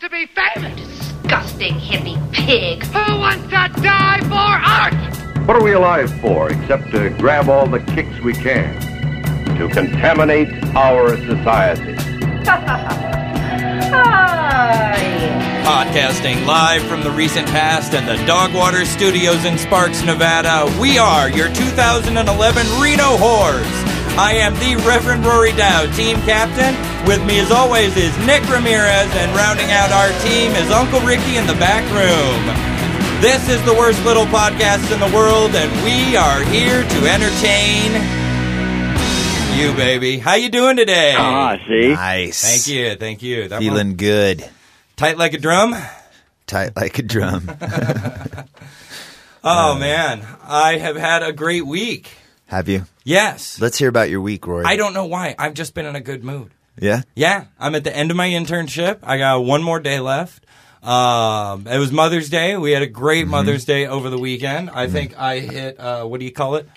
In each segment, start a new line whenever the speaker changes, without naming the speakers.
to be famous.
Disgusting hippie pig.
Who wants to die for art?
What are we alive for except to grab all the kicks we can? To contaminate our society.
Podcasting live from the recent past and the Dogwater Studios in Sparks, Nevada, we are your 2011 Reno Whores. I am the Reverend Rory Dow, team captain. With me, as always, is Nick Ramirez, and rounding out our team is Uncle Ricky in the back room. This is the worst little podcast in the world, and we are here to entertain you, baby. How you doing today?
Ah, see?
Nice.
Thank you, thank you. That one-
Feeling good.
tight like a drum.
Tight like a drum.
Oh man, I have had a great week.
Have you?
Yes.
Let's hear about your week, Rory.
I don't know why. I've just been in a good mood.
Yeah?
Yeah, I'm at the end of my internship. I got one more day left. Um, it was Mother's Day. We had a great Mother's Day over the weekend. I think I hit uh, what do you call it?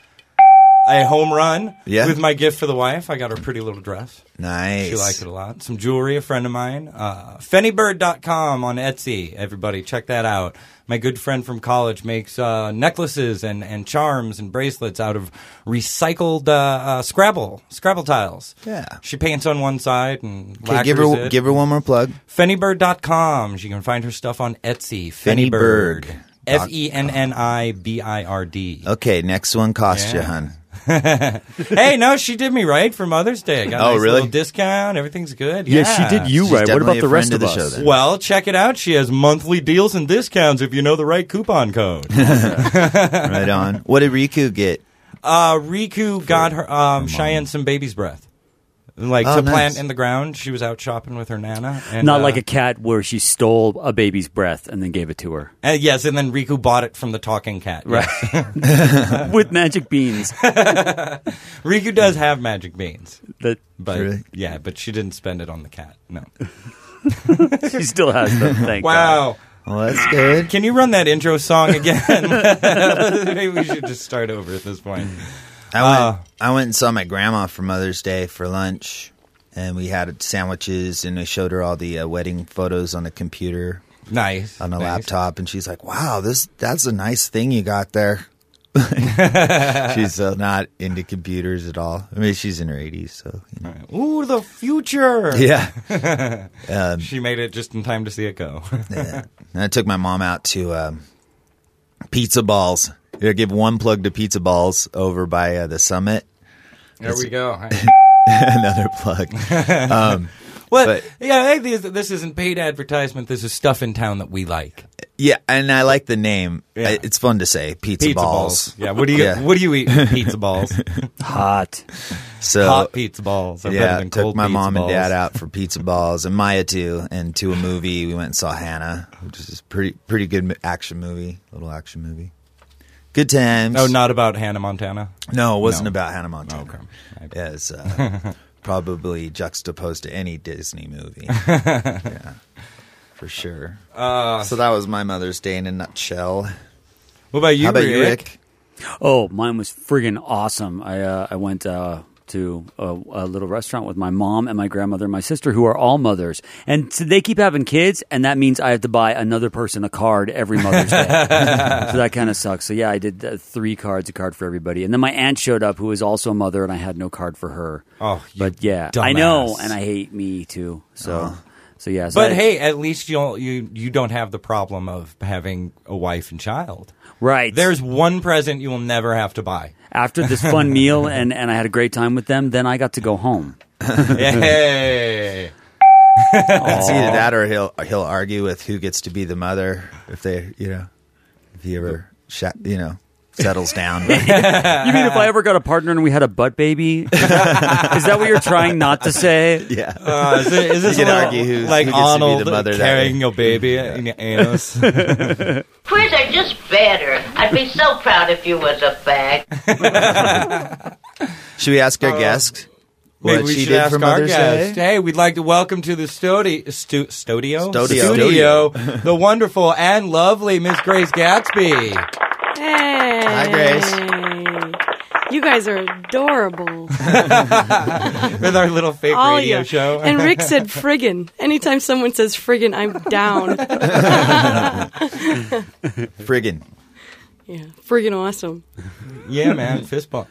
A home run
Yeah.
with my gift for the wife. I got her a pretty little dress.
Nice.
She liked it a lot. Some jewelry, a friend of mine. Uh, Fennybird.com on Etsy. Everybody, check that out. My good friend from college makes uh, necklaces and, and charms and bracelets out of recycled uh, uh, Scrabble Scrabble tiles.
Yeah.
She paints on one side and
Okay, give her give her one more plug.
Fennybird.com. She can find her stuff on Etsy. Fennybird.
Fennybird.
F E N N I B I R D.
Okay, next one cost you,
Yeah.
hun.
Hey, no, she did me right for Mother's Day. I got a
Oh,
nice
really?
little discount. Everything's good.
Yeah, she did you
She's
right. What
definitely
about
a
the rest
friend
of
of the
us?
show, then.
Well, check it out. She has monthly deals and discounts if you know the right coupon code.
Right on. What did Riku get?
uh, Riku got her um, Cheyenne some baby's breath, like
Oh,
to
nice.
plant in the ground. She was out shopping with her nana. And,
Not
uh,
like a cat where she stole a baby's breath and then gave it to her
and yes, and then Riku bought it from the talking cat. Right.
with magic beans.
Riku does have magic beans,
That
but
Really?
yeah, but she didn't spend it on the cat. No.
she still has them. Thank God.
Wow.
Well, that's good.
Can you run that intro song again? Maybe we should just start over at this point. Uh,
I went, I went and saw my grandma for Mother's Day for lunch, and we had sandwiches, and I showed her all the uh, wedding photos on the computer
Nice.
on a
nice.
laptop, and she's like, "Wow, this that's a nice thing you got there." she's uh, not into computers at all. I mean, she's in her eighties, so you know.
Ooh, the future.
yeah.
She made it just in time to see it go.
And I took my mom out to um, Pizza Balls. Yeah, give one plug to Pizza Balls over by uh, the summit.
There we go.
Another plug.
Well,
But-
yeah, hey, this, this isn't paid advertisement. This is stuff in town that we like.
Yeah, and I like the name.
Yeah.
I- It's fun to say Pizza, Balls.
Yeah. What do you
Yeah.
What do you eat? Pizza balls.
Hot.
So
Hot pizza balls. Are better
yeah,
than
took
cold
my
pizza
mom
balls.
and dad out for Pizza Balls and Maya too, and to a movie. We went and saw Hannah, which is a pretty pretty good m- action movie, little action movie. Good times.
Oh, No, not about Hannah Montana.
No, it wasn't
No.
about Hannah Montana.
Okay.
Yeah, it's uh, probably juxtaposed to any Disney movie. yeah, for sure.
Uh,
so that was my Mother's Day in a nutshell.
What about you,
How about
Rick?
you, Rick?
Oh, mine was friggin' awesome. I uh, I went uh, to a, a little restaurant with my mom and my grandmother and my sister, who are all mothers, and so they keep having kids, and that means I have to buy another person a card every Mother's Day. so that kind of sucks. So yeah, I did uh, three cards, a card for everybody, and then my aunt showed up, who is also a mother, and I had no card for her.
Oh, you
but yeah, I know,
dumbass. Uh-huh.
and I hate me too. So so yeah, so
But
I-
hey, at least you you you don't have the problem of having a wife and child.
right
There's one present you will never have to buy.
after this fun meal, and and I had a great time with them. Then I got to go home.
Yay!
It's either that or he'll he'll argue with who gets to be the mother if they you know if he ever sh- you know settles down.
You mean if I ever got a partner and we had a butt baby? Is that what you're trying not to say?
yeah.
Uh, is, it, is this
You can
a little
argue who's-
like
who gets to be the
Arnold
mother that
carrying
way.
your baby in your anus?
Queers are just better. I'd be so proud if you was a fag.
Should we ask our guest what
Uh, Maybe we
she
should
did
ask
for
our
Mother's
guest.
Day?
Hey, we'd like to welcome to the studio, stu- studio,
Studio.
Studio, the wonderful and lovely Miss Grace Gatsby.
Hey.
Grace.
You guys are adorable.
with our little fake
All
radio
you.
show.
Oh, And Rick said friggin'. Anytime someone says friggin', I'm down.
Friggin'.
Yeah, friggin' awesome.
yeah, man, fist bump.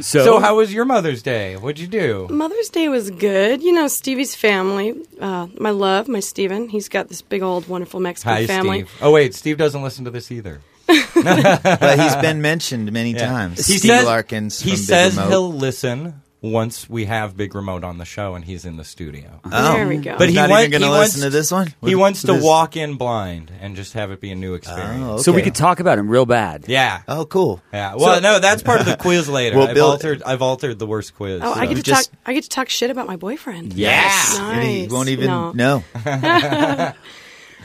So,
So, how was your Mother's Day? What'd you do?
Mother's Day was good. You know, Stevie's family, uh, my love, my Steven, he's got this big old wonderful Mexican
Hi,
family.
Steve. Oh wait, Steve doesn't listen to this either.
But he's been mentioned many
Yeah.
times.
He
Steve
says,
Larkins.
He
from Big
says
Remote.
he'll listen once we have Big Remote on the show and he's in the studio.
Oh.
There we go.
But he
He's not
want-
even going
he
to
wants-
listen to this one.
he
With-
wants to
this-
walk in blind and just have it be a new experience.
Oh,
so we
okay.
could talk about him real bad.
Yeah.
Oh, cool.
Yeah. Well,
So-
no, that's part of the quiz later.
Well,
I've
Bill-
altered I've altered the worst quiz.
oh, I
so.
get to
just-
talk. I get to talk shit about my boyfriend.
Yes.
And he
Nice.
won't even
No.
know.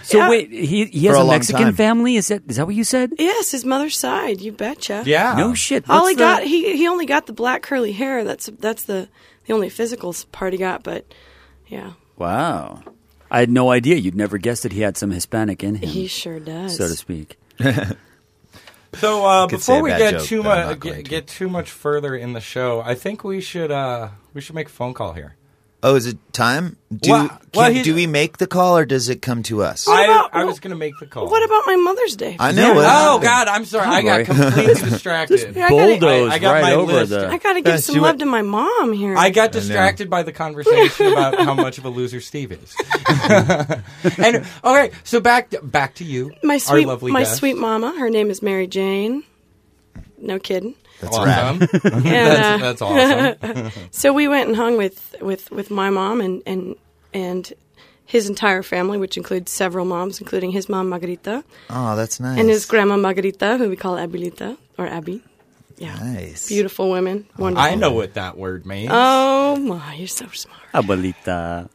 So
Yeah.
wait, he he
For
has
a
a,
long
Mexican
time.
family. Is that is that what you said?
Yes, his mother's side. You betcha.
Yeah.
no shit.
All
what's
he
the-
got, he he only got the black curly hair. That's that's the the only physical s- part he got. But yeah,
Wow. I had no idea. You'd never guessed that he had some Hispanic in him,
he sure does.
so to speak.
So uh,
could say
before
a
we
bad
get
joke,
too
but I'm
much
not going
get,
to.
get too much further in the show, I think we should uh, we should make a phone call here.
Oh, is it time? Do
Well,
can-
well, he's-
do we make the call or does it come to us?
I,
about-
I was going to make the call.
What about my Mother's Day?
I know. what
Oh
happened.
God, I'm sorry. I got
Roy.
completely distracted.
I gotta-
Bulldoze
I- I got
right
my
over
list.
I
the.
gotta
Yeah,
give some
she
love
went-
to my mom here.
I got distracted by the conversation about how much of a loser Steve is. and all right, so back back to you,
my sweet
our lovely
my
guest.
sweet mama. Her name is Mary Jane. No kidding.
That's right.
awesome. that's,
And, uh,
that's awesome.
so we went and hung with with with my mom and and and his entire family, which includes several moms, including his mom Margarita
Oh, that's nice.
and his grandma Margarita, who we call Abilita or Abby. Yeah,
Nice.
beautiful women. Wonderful.
I know what that word means.
Oh my, you're so smart.
Abuelita.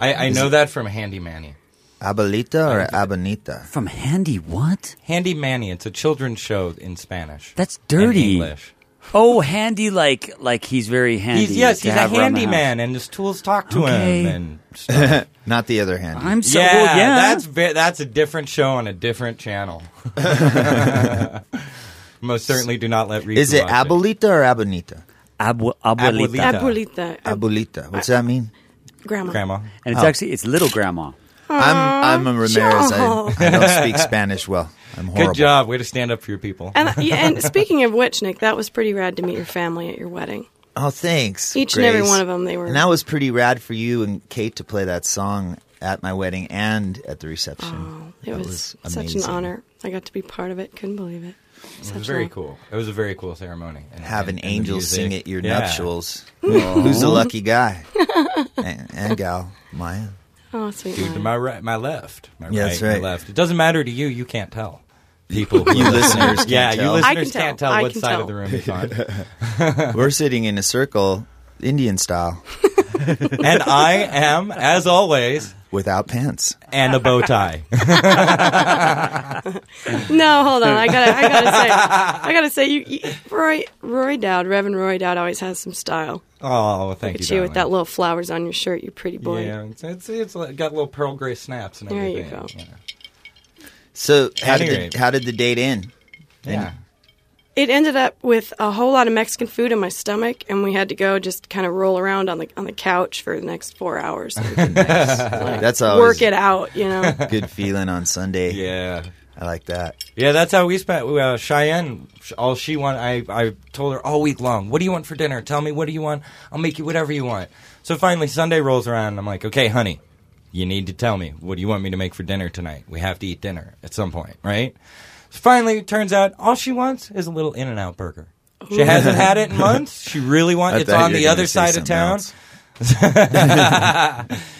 I, I know that from Handy Manny.
Abuelita or Abanita?
From Handy, what?
Handy Manny. It's a children's show in Spanish.
That's
and
dirty.
English.
Oh, handy, like like he's very handy.
He's yes,
to
he's a
have around the house.
handyman, and his tools talk to
Okay.
him and stuff.
Not the other hand.
I'm so
yeah,
well, yeah.
that's ve- that's a different show on a different channel. Most certainly, do not let Riku
Is it
watch
Abuelita or Abanita?
Abu-
Abuelita.
abuelita,
Abuelita, or
Abuelita. What's that mean?
grandma.
Grandma.
and it's actually it's little grandma.
I'm I'm a Ramirez. I, I don't speak Spanish well. I'm horrible.
Good job. Way to stand up for your people.
And, uh, yeah, and speaking of which, Nick, that was pretty rad to meet your family at your wedding.
Oh, thanks.
Each and every
Grace.
one of 'em, they were-
And that was pretty rad for you and Kate to play that song at my wedding and at the reception.
It
That
was, such an
amazing.
honor. I got to be part of it. Couldn't believe it.
It was very cool. It was a very cool ceremony. And,
Have an
and- and the
angel
music.
sing at your
Yeah.
nuptials. Who's the lucky guy? and, and gal, Maya.
Oh, sweet
Dude, to my
Maya.
right, my left, my
Yeah,
right,
that's
my
right.
left. It doesn't matter to you. You can't tell. People, who
You
are
listeners can't
yeah, you
tell.
I
listeners
can
can't
tell.
tell
I
what
can
side
tell.
of the room it's on.
We're sitting in a circle, Indian style,
and I am, as always,
without pants.
and a bow tie.
No, hold on. I gotta, I gotta say, I gotta say, you, you Roy, Roy Dowd, Reverend Roy Dowd, always has some style.
Oh, thank
Look at
you.
you with that
darling.
little flowers on your shirt, you pretty boy.
Yeah, it's, it's, it's like- got little pearl gray snaps and
There you
everything.
go.
Yeah.
So how
Any
did
rate.
the, how did the date end?
Yeah.
It ended up with a whole lot of Mexican food in my stomach, and we had to go just kind of roll around on the on the couch for the next four hours,
That's always
work it out. You know,
a good feeling on Sunday.
Yeah.
I like that.
Yeah, that's how we spent. Uh, Cheyenne, sh- all she wanted, I, I told her all week long, what do you want for dinner? Tell me what do you want? I'll make you whatever you want. So finally, Sunday rolls around, and I'm like, okay, honey, you need to tell me, what do you want me to make for dinner tonight? We have to eat dinner at some point, right? So finally, it turns out all she wants is a little In N Out burger. She hasn't had it in months. She really
I
wants It's
thought
on
you were
the
gonna
other
say
side of
something
town.
else.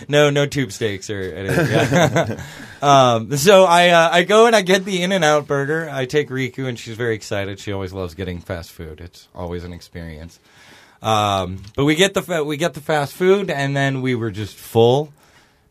No, no tube steaks or anything. Yeah. um, so I uh, I go and I get the In and Out burger. I take Riku and she's very excited. She always loves getting fast food. It's always an experience. Um, but we get the fa- we get the fast food and then we were just full.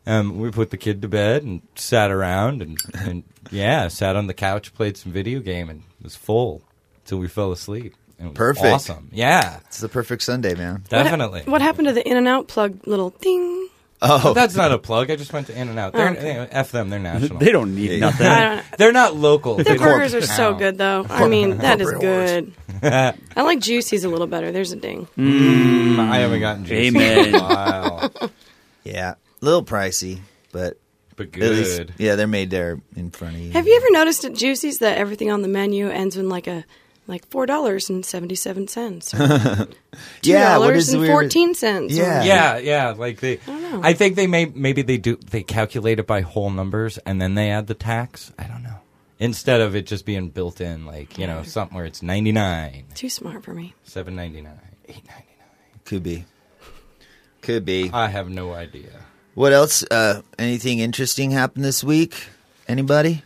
Um, we put the kid to bed and sat around and, and yeah, sat on the couch, played some video game, and was full till we fell asleep. And it was
Perfect.
Awesome. Yeah,
It's the perfect Sunday, man.
What ha-
definitely.
What, happened to the in and out plug little ding?
But that's not a plug. I just went to In and Out. They're anyway, f them. They're national.
They don't need nothing.
I don't know.
They're not local.
The
They don't-
burgers are so
No.
good, though. I mean, that is good. I like Juicy's a little better. There's a ding.
Hmm. Mm.
I haven't gotten juicy.
Amen.
Wow.
Yeah, a little pricey, but
But
at least
good.
yeah, they're made there in front of you.
Have you ever noticed at Juicy's that everything on the menu ends in like a like four dollars and seventy seven cents, two
yeah, what is
dollars
the
and
weird-
fourteen cents?
Yeah.
Yeah, yeah. Like they, I,
don't know.
think they may maybe they do they calculate it by whole numbers and then they add the tax. I don't know. Instead of it just being built in, like you know, something where it's ninety nine,
Too smart for me.
seven ninety nine, eight ninety nine.
Could be. Could be.
I have no idea.
What else? Uh, anything interesting happened this week? Anybody?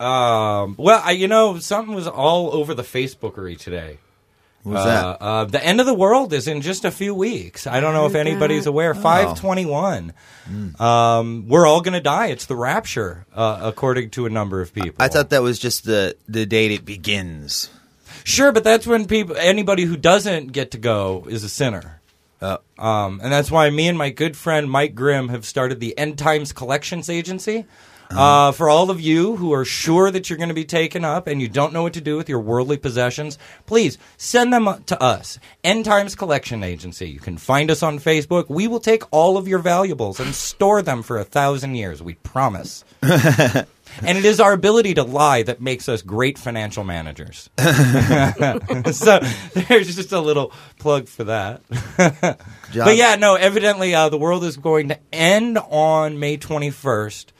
Um, well, I, you know, something was all over the Facebookery today.
What
Uh,
was that?
uh, the end of the world is in just a few weeks. I don't know if anybody's aware. 521.
Hmm.
Um, we're all going to die. It's the rapture, uh, according to a number of people.
I thought that was just the the date it begins.
Sure, but that's when people, anybody who doesn't get to go is a sinner. Um, and that's why me and my good friend Mike Grimm have started the End Times Collections Agency. Uh, for all of you who are sure that you're going to be taken up and you don't know what to do with your worldly possessions, please send them to us, End Times Collection Agency. You can find us on Facebook. We will take all of your valuables and store them for a thousand years. We promise. and it is our ability to lie that makes us great financial managers. so there's just a little plug for that.
Job-
But yeah, no, evidently uh, the world is going to end on May 21st.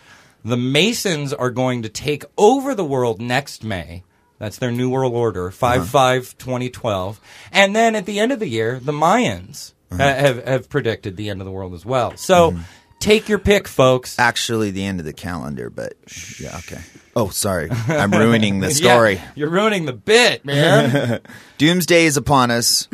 The Masons are going to take over the world next May. That's their New World Order, 5 5 2012. And then at the end of the year, the Mayans uh, have, have predicted the end of the world as well. So take your pick, folks.
actually the end of the calendar, but yeah, okay. Oh, sorry, I'm ruining the story.
Yeah, you're ruining the bit, man.
Doomsday is upon us,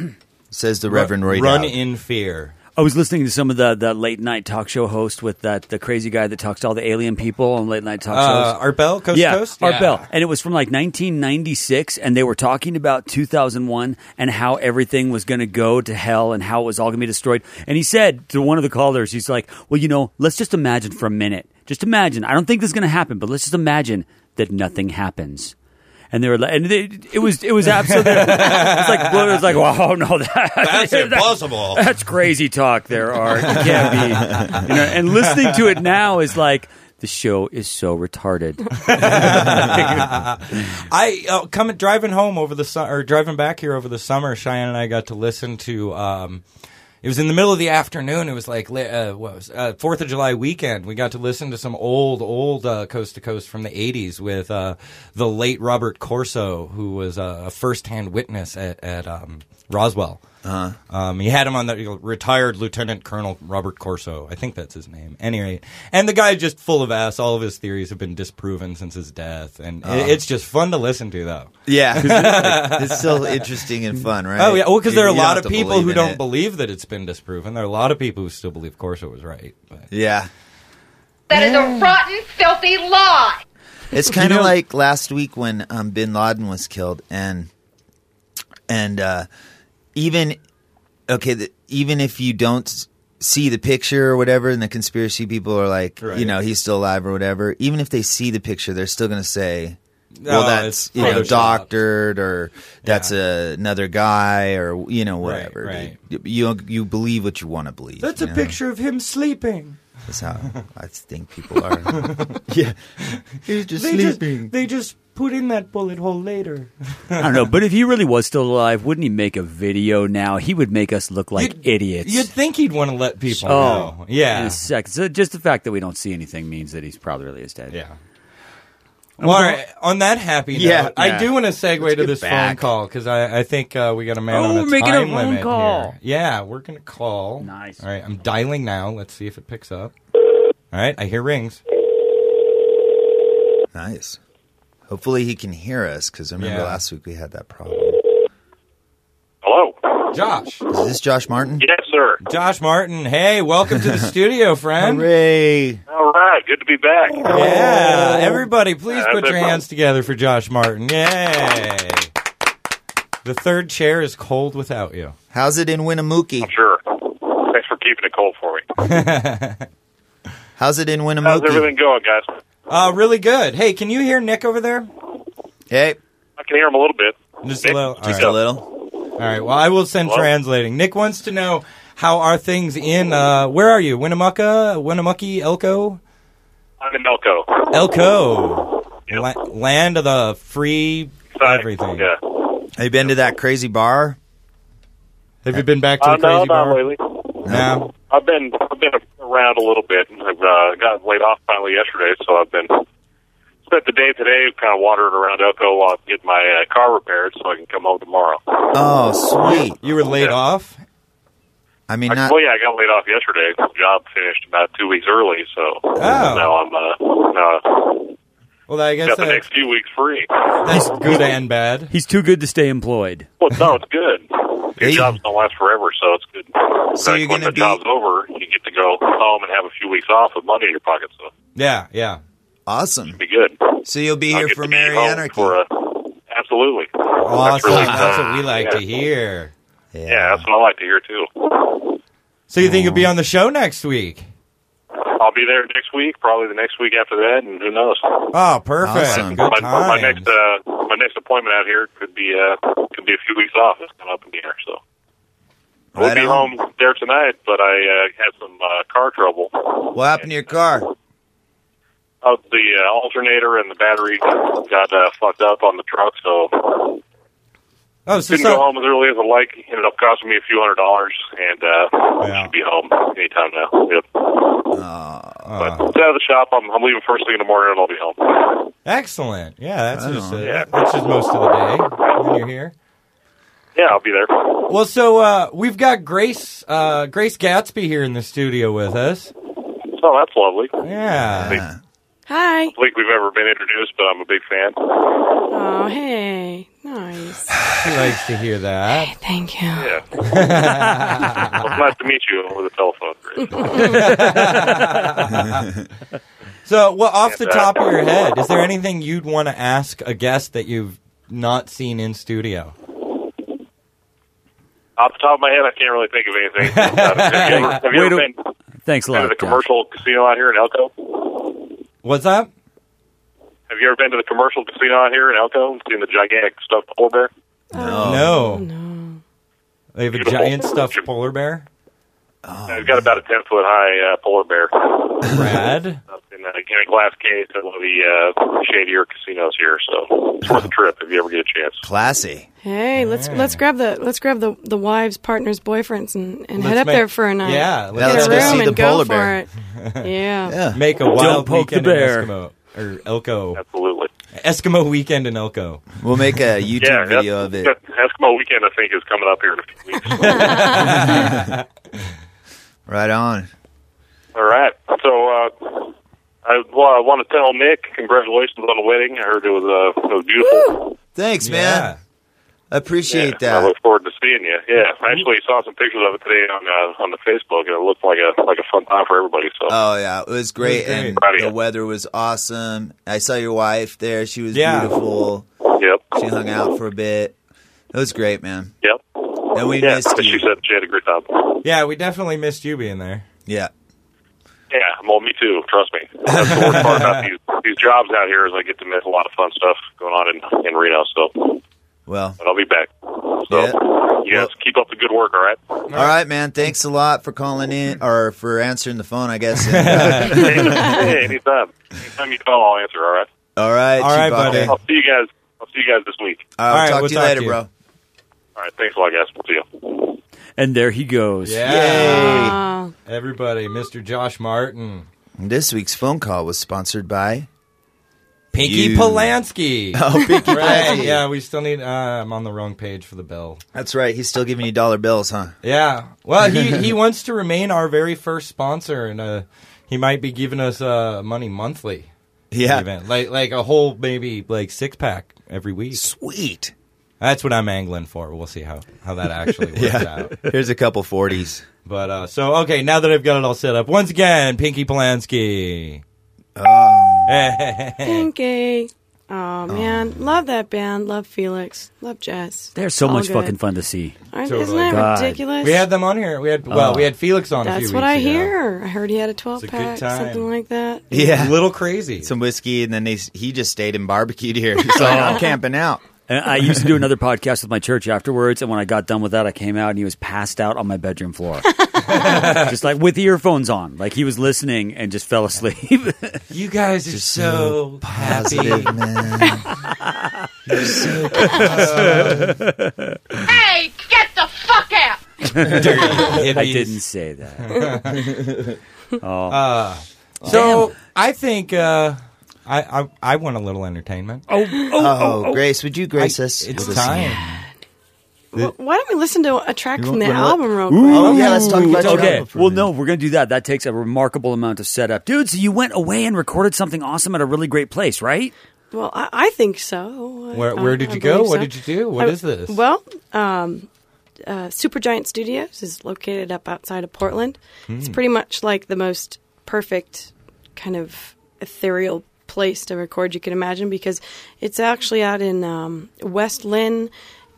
says the Reverend Roy.
Run
Dowd.
in fear.
I was listening to some of the, the late night talk show host with that the crazy guy that talks to all the alien people on late night talk shows.
Uh, Arbel, Coast to
yeah,
Coast?
Art Bell. And it was from like 1996, and they were talking about 2001 and how everything was going to go to hell and how it was all going to be destroyed. And he said to one of the callers, he's like, Well, you know, let's just imagine for a minute. Just imagine. I don't think this is going to happen, but let's just imagine that nothing happens. And they were like, and they, it was it was absolutely. it's like well, it was like, wow, no, that,
That's
that-
impossible.
That's crazy talk. There are it can't be, you know. And listening to it now is like the show is so retarded.
I uh, coming driving home over the su- or driving back here over the summer. Cheyenne and I got to listen to. Um, it was in the middle of the afternoon. It was like li- uh, what was uh, Fourth of July weekend. We got to listen to some old, old uh, coast to coast from the '80s with uh, the late Robert Corso, who was uh, a firsthand witness at, at um, Roswell. Um, he had him on the you know, retired Lieutenant Colonel Robert Corso. I think that's his name. Anyway, and the guy just full of ass. All of his theories have been disproven since his death, and
Uh-huh.
it, it's just fun to listen to, though.
Yeah, it's still interesting and fun, right?
Oh yeah, well, because
You-
there are a
you don't
lot
have
of
to
people who
in
don't
it.
believe that it's been disproven. There are a lot of people who still believe Corso was right. But.
Yeah,
That is a rotten, filthy lie.
it's kind of
know-
like last week when um, Bin Laden was killed, and and uh, even okay, the, even if you don't s- see the picture or whatever, and the conspiracy people are like, you
Right.
know, he's still alive or whatever. Even if they see the picture, they're still going to say.
No,
well, that's
it's
you know
photoshopped.
doctored, or that's
Yeah.
a, another guy, or you know
Right,
whatever.
right.
You- You you believe what you want to believe.
That's
you
a
know?
picture of him sleeping.
That's how I think people are. yeah, he's just
They just,
sleeping.
they just put in that bullet hole later.
I don't know, but if he really was still alive, wouldn't he make a video now? He would make us look like
You'd-
idiots.
You'd think he'd want to let people
oh,
know. Yeah.
in a sec. So just the fact that we don't see anything means that he's probably really is dead.
Yeah. Well, all right. On that happy note,
Yeah,
I
yeah.
do want to segue to
get
this phone
back.
call because I, I think uh, we got a man
Oh,
on a
we're making a
time
phone
limit
call.
here. Yeah, we're gonna call.
Nice.
All right, I'm dialing now. Let's see if it picks up. All right, I hear rings.
Nice. Hopefully he can hear us because remember
Yeah.
last week we had that problem.
Hello.
Josh,
Is this Josh Martin?
Yes, sir.
Josh Martin. Hey, welcome to the studio, friend.
Hooray!
All right. Good to be back.
Yeah, Uh, everybody, please
Yeah,
put
that's
your
it.
hands together for Josh Martin. Yay! The third chair is cold without you.
How's it in Winnemucca?
Sure. Thanks for keeping it cold for me.
How's it in
How's
Winnemucca?
everything going, guys?
Uh, really good. Hey, can you hear Nick over there?
Hey,
I can hear him a little bit.
Just a little. All
just
right.
a little.
All right. Well, I will send
Hello?
translating. Nick wants to know how are things in. Uh, where are you? Winnemucca, Winnemucca, Elko,
I'm in Melco.
Elko,
Yep.
La- land of the free
Exciting.
everything.
Yeah. Uh,
Have you been to that crazy bar?
Have you been back to
Uh,
the crazy
no,
bar?
not lately.
No.
I've been I've been around a little bit. I've uh, got laid off finally yesterday, so I've been spent the day today kind of wandering around Elko while I'm getting my uh, car repaired, so I can come home tomorrow.
Oh, sweet.
You were laid
Yeah.
off.
I mean, not
well, yeah, I got laid off yesterday. Job finished about two weeks early, so
Oh.
now I'm uh, now
Well, I
I
guess
got the
that's,
next few weeks free.
that's good and bad.
He's too good to stay employed.
Well, no, it's good. Your
Hey.
jobs don't last forever, so it's good.
So
Like,
you're
when
gonna
the
be-
job's over, you get to go home and have a few weeks off with money in your pocket, so it'll
Yeah, yeah.
awesome.
be good.
So you'll be
I'll
here
get
for
to be
Mary
home
Anarchy.
For a, absolutely.
Awesome.
really
That's
fun.
what we like
Yeah.
to hear.
Yeah, that's what I like to hear too.
So you think you'll be on the show next week?
I'll be there next week, probably the next week after that, and who knows?
Oh, perfect.
Awesome.
Good
my, my
times.
next uh, my next appointment out here could be uh, could be a few weeks off. It's kind of up in the air, so. I will
Right
be
on.
home there tonight, but I uh, had some uh, car trouble.
What happened to your car?
Oh, the uh, alternator and the battery got uh, fucked up on the truck, so
oh, so,
couldn't
so-
go home as early as I like. Ended up costing me a few hundred dollars, and uh,
Yeah.
should be home anytime now. Yep.
uh,
It's out of the shop. I'm, I'm leaving first thing in the morning, and I'll be home.
excellent. Yeah, that's
Right
just
on.
uh
Yeah.
that's just most of the day when you're here.
Yeah, I'll be there.
Well, so uh, we've got Grace uh, Grace Gatsby here in the studio with us.
Oh, that's lovely. I
Yeah.
Yeah.
Hi.
don't think we've ever been introduced, but I'm a big fan.
Oh, hey. Nice.
She likes to hear that.
Thank you.
Yeah. well, it's nice to meet you over the telephone. Grace.
So, well, off the
Yeah.
top of your head, is there anything you'd want to ask a guest that you've not seen in studio?
Off the top of my head, I can't really think of anything. have you ever, have you
Wait a-
ever been
Thanks a
to
lot.
the
Josh.
commercial casino out here in Elko?
What's up?
Have you ever been to the commercial casino out here in Elko and seen the gigantic stuffed polar bear?
No.
no.
No.
They have a
Beautiful.
giant stuffed polar bear.
Oh,
It's got about a 10 foot high uh, polar bear up
Brad.
in a, in a glass case at one of the uh, shadier casinos here. So it's worth a trip if you ever get a chance.
Classy.
Hey, let's let's grab the let's grab the, the wives, partners, boyfriends, and, and head
Let's
up
make-
there for a night.
Yeah,
Yeah,
get
let's
a
go
room
see
and
the
go
polar
for
bear.
it. Yeah.
Yeah.
make a wild
poke the
weekend
bear.
in Eskimo or Elko.
Absolutely.
Eskimo weekend in Elko.
We'll make a YouTube
Yeah,
video
that's-
of it.
that Eskimo weekend, I think, is coming up here in a few weeks.
Right on.
All right. So uh, I, well, I want to tell Nick congratulations on the wedding. I heard it was, uh, it was beautiful.
Thanks, man. I appreciate
Yeah, I
that.
look forward to seeing you. Yeah, I actually saw some pictures of it today on uh, on the Facebook, and it looked like a like a fun time for everybody. So
Oh yeah, it was
It
great,
was great.
and
Proud of
the
you.
weather was awesome. I saw your wife there; she was
Yeah.
beautiful.
yep,
She hung out for a bit. It was great, man.
yep.
And we
Yeah,
missed
but she
you.
said she had a great time.
Yeah. Yeah, we definitely missed you being there.
Yeah,
Yeah, well, me too. Trust me. That's the worst part about these, these jobs out here is I get to miss a lot of fun stuff going on in, in Reno. So,
well,
but I'll be back. So
Yeah.
you guys keep up the good work. All right.
all right, man. Thanks a lot for calling in or for answering the phone. I guess. And, uh,
hey, hey, anytime. Anytime you call, I'll answer. All right.
all right,
All right, buddy.
Chewbacca. All
I'll see you guys. I'll see you guys this week.
right,
All
we'll
right,
talk
we'll
to
talk
you later,
to you.
bro.
All right. Thanks a lot, guys. We'll see you.
And there he goes.
Yeah.
Uh,
Everybody, Mr. Josh Martin.
This week's phone call was sponsored by.
Pinky
You.
Polanski.
Oh, Pinky
right.
Polanski.
Yeah, we still need. Uh, I'm on the wrong page for the bill.
That's right. He's still giving you dollar bills, huh?
Yeah. Well, he, he wants to remain our very first sponsor, and uh, he might be giving us uh, money monthly.
Yeah.
Even. Like, like a whole maybe like six pack every week.
Sweet.
That's what I'm angling for. We'll see how, how that actually works
Yeah.
out.
Here's a couple forties.
But uh, so okay, now that I've got it all set up,
Ah.
once again, Pinky Polanski.
Oh.
Pinky. Oh man, love that band. Love Felix. Love Jess.
They're so
All
much
good.
fucking fun to see.
Aren't, Isn't
Totally.
that
God.
ridiculous?
We had them on here. We had well,
Oh.
we had Felix on. a
That's
few
what I
weeks ago.
hear. I heard he had a twelve
good
pack,
time.
something like that.
A
Yeah.
little crazy.
Some whiskey, and then they, he just stayed and barbecued here. He's like, I'm camping out.
And I used to do another podcast with my church afterwards, and when I got done with that, I came out and he was passed out on my bedroom floor, just like with earphones on, like he was listening and just fell asleep.
you guys are so happy.
Positive, man. You're so positive.
Hey, get the fuck out!
I didn't say that.
So I think uh, I, I I want a little entertainment.
Oh,
Oh, Grace, would you grace us?
It's
with a song?
time.
Wh- Why don't we listen to a track
You
from
want-
the
wanna let-
album real quick?
Oh, yeah, let's talk about your
okay.
album for a
Well,
minute.
no, we're gonna do that. That takes a remarkable amount of setup, dude. So you went away and recorded something awesome at a really great place, right?
Well, I, I think so. I-
Where- where
I-
did
I
you go?
believe
What
so.
did you do? What
I-
is this?
Well, um, uh, Supergiant Studios is located up outside of Portland. It's
Hmm.
pretty much like the most perfect kind of ethereal place to record you can imagine because it's actually out in um, West Lynn.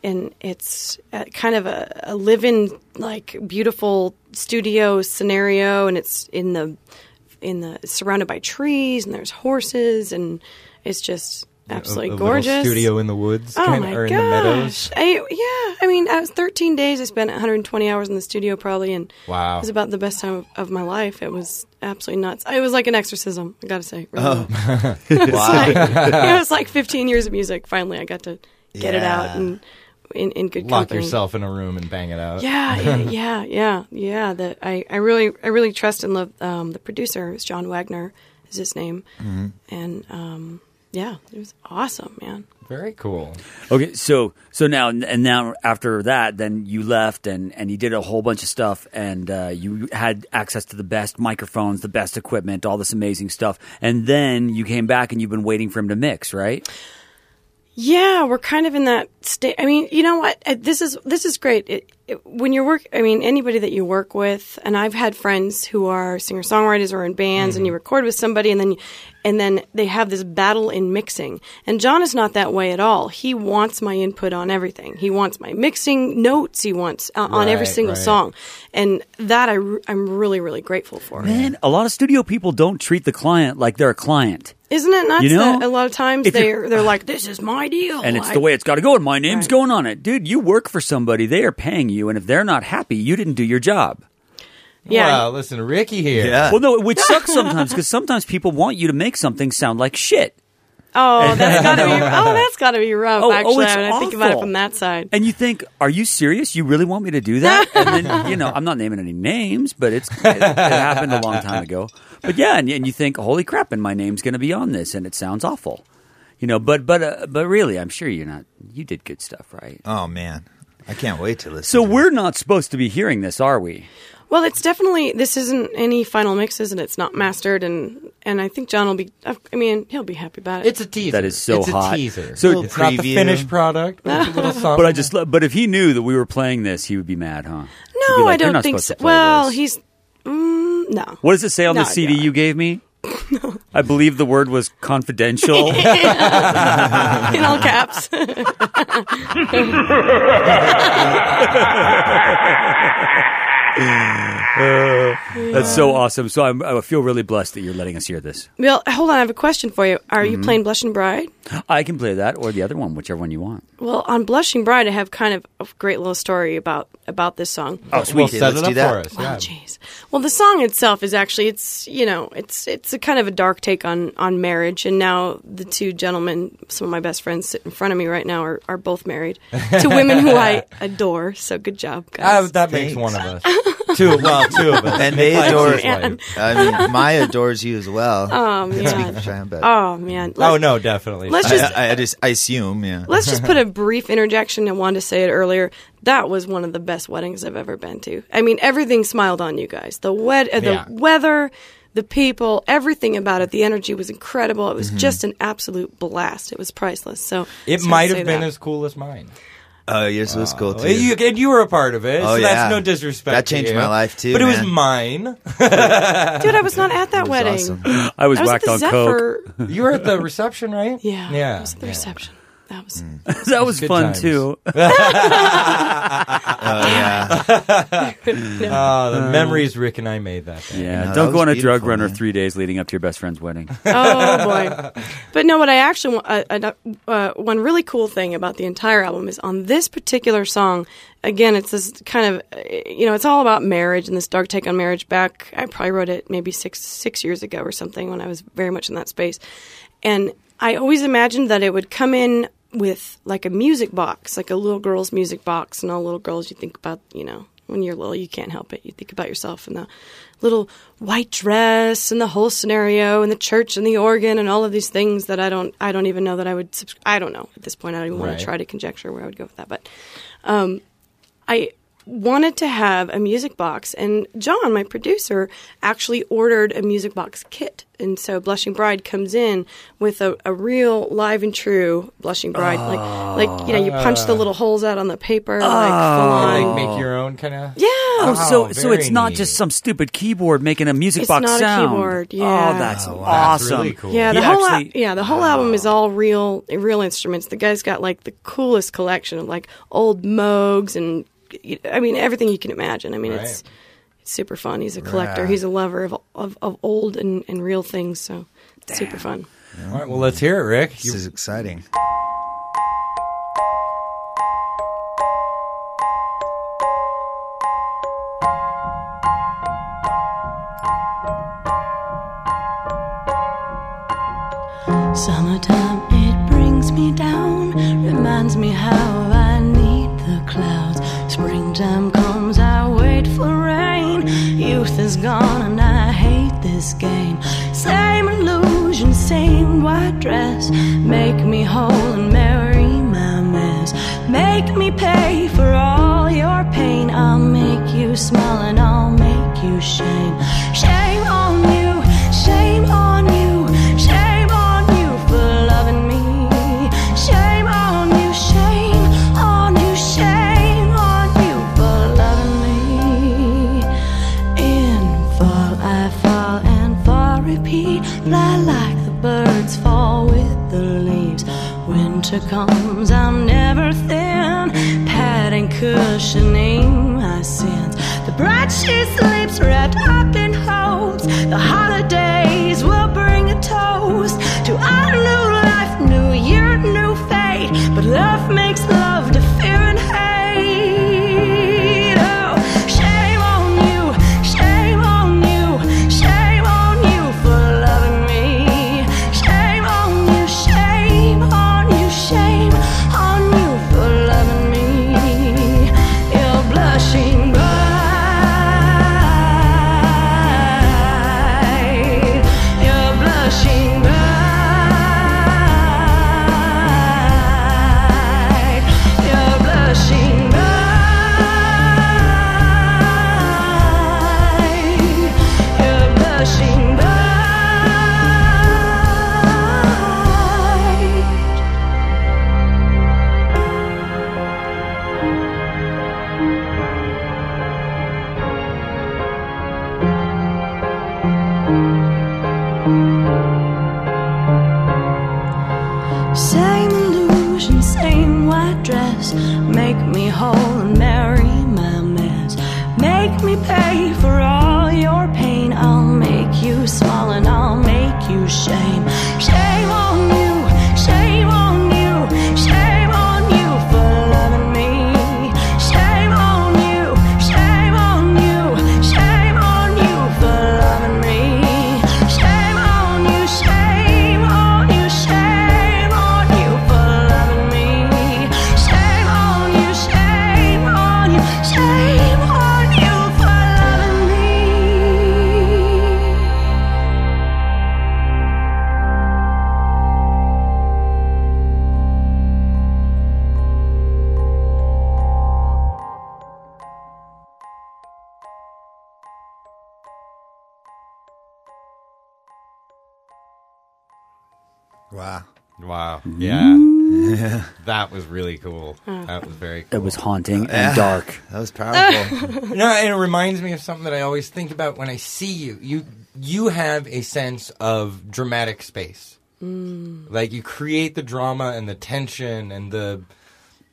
And it's uh kind of a, a live-in, like beautiful studio scenario, and it's in the in the it's surrounded by trees, and there's horses, and it's just absolutely
a, a little
gorgeous.
studio in the woods,
Oh
kinda,
my
or in
gosh!
the meadows.
I, yeah, I mean, I was 13 days. I spent 120 hours in the studio, probably, and
Wow.
it was about the best time of, of my life. It was absolutely nuts. It was like an exorcism. I gotta say,
Oh.
really.
Wow.
it was like 15 years of music. Finally, I got to get it
Yeah.
out and in, in good
Lock
company.
yourself in a room and bang it out.
Yeah, yeah, yeah, yeah, yeah. That I, I really, I really trust and love um, the producer. It's John Wagner, is his name, and um, yeah, it was awesome, man.
Very cool.
Okay, so so now and now after that, then you left and and you did a whole bunch of stuff, and uh, you had access to the best microphones, the best equipment, all this amazing stuff, and then you came back and you've been waiting for him to mix, right?
Yeah, we're kind of in that state. I mean, you know what? Uh, This is this is great. It, it, when you work, I mean, anybody that you work with, and I've had friends who are singer songwriters or in bands,
Mm-hmm.
and you record with somebody, and then you- and then they have this battle in mixing. And John is not that way at all. He wants my input on everything. He wants my mixing notes. He wants uh, on every
Right,
single
right.
song, and that I, am really really grateful for.
Man, a lot of studio people don't treat the client like they're a client,
Isn't it nuts
You know,
that a lot of times
if you're-
they're they're like, "This is my deal,"
and it's
Oh, I-
the way it's got to go, and my name's
Right.
going on it, dude. You work for somebody; they are paying you, and if they're not happy, you didn't do your job.
Yeah,
Wow, listen, Ricky here.
Uh.
Yeah.
Well, no, which sucks sometimes because sometimes people want you to make something sound like shit.
Oh, that's gotta be. Oh, that's gotta be rough.
Oh, oh,
actually,
it's
when I think about it
awful.
from that side.
And you think, are you serious? You really want me to do that? And then, you know, I'm not naming any names, but it's it, it happened a long time ago. But yeah, and, and you think, holy crap, and my name's going to be on this, and it sounds awful, you know. But but uh, but really, I'm sure you're not. You did good stuff, right?
Oh, man. I can't wait to listen.
So
to
we're not supposed to be hearing this, are we?
Well, it's definitely this isn't any final mixes, and it's not mastered, and and I think John will be. I mean, he'll be happy about it.
It's a teaser.
That is so
it's
hot.
a teaser.
So-
it's not the
Preview.
finished product, but it's a little something.
But I just. lo- But if he knew that we were playing this, he would be mad, huh? He'd be
no,
like,
I
"You're
don't
not
think so.
supposed to play
Well,
this."
he's mm, no.
What does it say on the
No,
CD
yeah.
you gave me? I believe the word was confidential.
In all caps.
That's so awesome. So I'm, I feel really blessed that you're letting us hear this.
well, hold on. I have a question for you. Are
Mm-hmm.
you playing Blushing Bride?
I can play that or the other one, whichever one you want.
Well, on Blushing Bride, I have kind of a great little story about about this song.
oh, we'll set
Let's
it
do
up
that.
for us.
Wow,
yeah.
jeez. Well, the song itself is actually it's you know it's it's a kind of a dark take on on marriage, and now the two gentlemen, some of my best friends, sit in front of me right now are, are both married to women who I adore. So good job,
Ah,
guys.
that makes one of us. two, well, two of us.
And they adore
Life is life.
I mean, Maya adores you as well.
oh man,
but
oh man. Let's,
Oh no, definitely.
Let's
I,
just
I, I just I assume, yeah.
let's just put a brief interjection. I wanted to say it earlier. That was one of the best weddings I've ever been to. I mean, everything smiled on you guys. The wed- uh, the
Yeah.
weather, the people, everything about it. The energy was incredible. It was just an absolute blast. It was priceless. So
Mm-hmm. it
so I'd
might
say
have been
that.
as cool as mine.
Oh, yours was cool too.
You, and you were a part of it, so
Oh, yeah.
that's no disrespect.
That
to
changed
you.
my life, too,
But it
man.
was mine.
Dude, I was not at that
It was
wedding.
awesome.
I was
I was at
whacked
the
on coke.
Zephyr.
You were at the reception, right?
Yeah.
Yeah.
I was at the
Yeah.
reception. That was
That was
Good
fun
times.
too.
Oh yeah.
Oh,
Um,
the memories Rick and I made that day.
Yeah,
No, that
don't go
was
on a drug
beautiful,
run or
man.
three days leading up to your best friend's wedding.
oh boy. But no, what I actually want, uh, uh, uh, one really cool thing about the entire album is on this particular song. Again, it's this kind of uh, you know, it's all about marriage and this dark take on marriage. Back, I probably wrote it maybe six six years ago or something when I was very much in that space, and I always imagined that it would come in with like a music box, like a little girl's music box, and all little girls you think about, you know, when you're little, you can't help it. You think about yourself and the little white dress and the whole scenario and the church and the organ and all of these things that I don't, I don't even know that I would. Subs- I don't know at this point. I don't even want
Right.
to try to conjecture where I would go with that. But I wanted to have a music box, and John, my producer, actually ordered a music box kit. And so Blushing Bride comes in with a, a real live and true Blushing Bride, like like you know you punch the little holes out on the paper, like full on.
Like
Oh.
make your own kind of.
yeah.
Oh, so
Wow,
so it's
very
not
neat.
just some stupid keyboard making a music
It's
box
not a
sound.
keyboard, yeah.
Oh, that's
That's
awesome.
really cool.
Yeah, the
He
whole al-
actually-
yeah the whole album is all real real instruments. The guy's got like the coolest collection of like old Moogs and I mean everything you can imagine. I mean it's
Right.
it's super fun. He's a collector. He's a lover of of, of old and, and real things. So it's super fun.
All right, well, let's hear it, Rick.
This
You-
is exciting.
Summertime, it brings me down, reminds me how I need the clouds. Springtime comes, I wait for rain. Youth is gone, and I hate this game. Same illusion, same white dress. Make me whole and marry my mess. Make me pay for all your pain. I'll make you smile, and I'll make you shame. Shame on you, shame on you, shame on on you for loving me. Shame on you, shame on you, shame on you for loving me. In fall, I fall and fall, repeat. Fly like the birds, fall with the leaves. Winter comes, I'm never thin. Padding, cushioning my sins. The bride she sleeps, wrapped up in hopes. The holidays will bring a toast to our new life, new year, new fate. But love makes love to fear and hate. Oh, shame on you, shame on you, shame on you for loving me. Shame on you, shame on you, shame on you for loving me. You're blushing bride. You're blushing bride. You're blushing bride. You're blushing bride. Same illusion, same white dress. Make me whole and marry my mess. Make me pay for all your pain. I'll make you small and I'll make you shame. Shame on you, shame on you, shame on you for loving me. Shame on you, shame on you, shame on you for loving me. Shame on you, shame on you, shame on you for loving me. Shame on you, shame on you, shame on you for loving me.
Wow.
Wow. Yeah. That was really cool.
Oh.
That was very cool.
It was haunting and dark.
That was powerful.
No, and it reminds me of something that I always think about when I see you. You you have a sense of dramatic space. Like you create the drama and the tension and the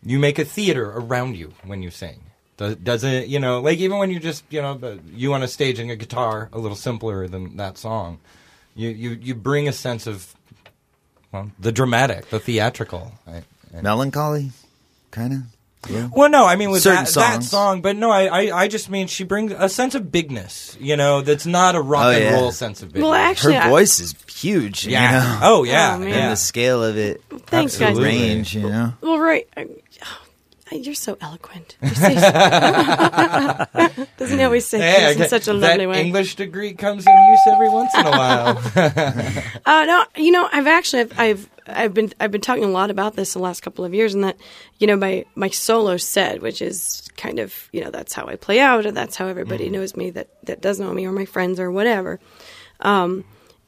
you make a theater around you when you sing. Does, does it, you know, like even when you just, you know, the- you on a stage and a guitar, a little simpler than that song, you, you, you bring a sense of, well, the dramatic, the theatrical. I, I-
Melancholy, kind of. Yeah.
well, no, I mean with
Certain
that, that
songs.
song, but no, I, I, I just mean she brings a sense of bigness, you know, that's not a rock
Oh,
and
yeah.
roll sense of bigness.
Well,
Her
actually, I-
voice is huge.
yeah.
You know?
Oh, yeah.
Oh, man.
And
yeah.
the scale of it,
Thanks, guys.
Absolutely.
range. You know.
Well, right. I, oh, you're so eloquent. You say so. Doesn't he always say
Hey, I
things in
get-
such a
that
lovely way?
English degree comes in use every once in a while.
Uh, no, you know, I've actually, I've, I've, I've been, I've been talking a lot about this the last couple of years, and that, you know, my, my solo set, which is kind of, you know, that's how I play out, and that's how everybody knows me that, that does know me, or my friends, or whatever. Um,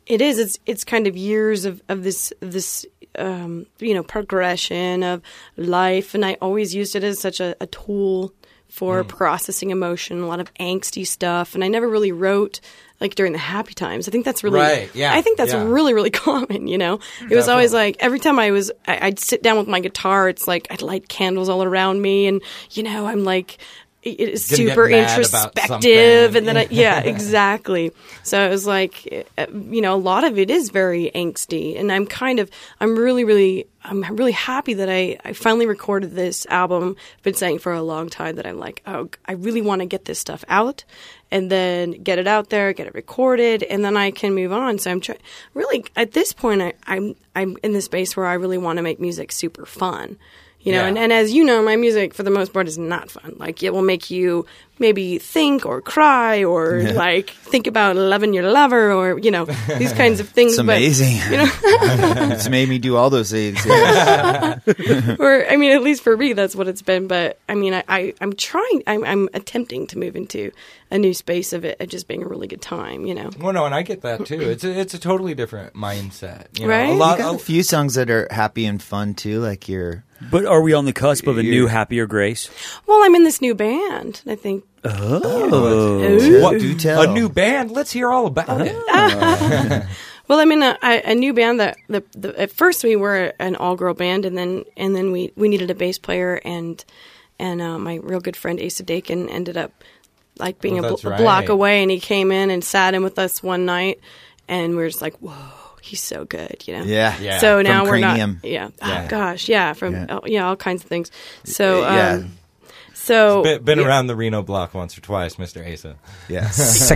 it is, it's, it's kind of years of, of this, this, um, you know, progression of life, and I always used it as such a, a tool for
Mm.
processing emotion, a lot of angsty stuff, and I never really wrote like during the happy times. I think that's really,
Right, yeah,
I think that's
yeah.
really really really common you know it was always like every time i was I, i'd sit down with my guitar it's like i'd light candles all around me and you know i'm like it it is
Gonna get
super
mad about
introspective and then I,
something.
yeah exactly so it was like uh, you know a lot of it is very angsty and i'm kind of i'm really really i'm really happy that i, I finally recorded this album i've been saying for a long time that i'm like oh i really want to get this stuff out and then get it out there get it recorded and then i can move on so i'm try- really at this point I, i'm i'm in the space where i really want to make music super fun you know,
Yeah.
and, and as you know, my music for the most part is not fun. Like it will make you maybe think or cry or like think about loving your lover or you know these kinds of things.
It's
but-
amazing.
you know,
it's made me do all those things. Yeah.
or I mean, at least for me, that's what it's been. But I mean, I, I I'm trying, I'm, I'm attempting to move into a new space of it, of just being a really good time. You know,
well, no, and I get that too. It's a, it's a totally different mindset. You know?
Right?
A
You
lot,
got
a-
a few songs that are happy and fun too, like your
But are we on the cusp of a new happier grace?
well, I'm in this new band. I think
oh,
What-
do tell. Uh-huh.
A new band. Let's hear all about it.
Oh. Well, I mean, a, a a new band that the, the at first we were an all girl band, and then and then we we needed a bass player, and and uh, my real good friend Asa Dakin ended up like being
Oh,
a,
that's
bl- a block
right.
away, and he came in and sat in with us one night, and we were just like, whoa, he's so good, you know?
Yeah.
Yeah.
So
From
now we're
Cranium.
not. Yeah.
Yeah.
Oh gosh. Yeah. From
Yeah.
yeah, yeah all kinds of things. So um,
Yeah.
So
Been, been
yeah.
around the Reno block once or twice, Mr. Asa.
Yeah.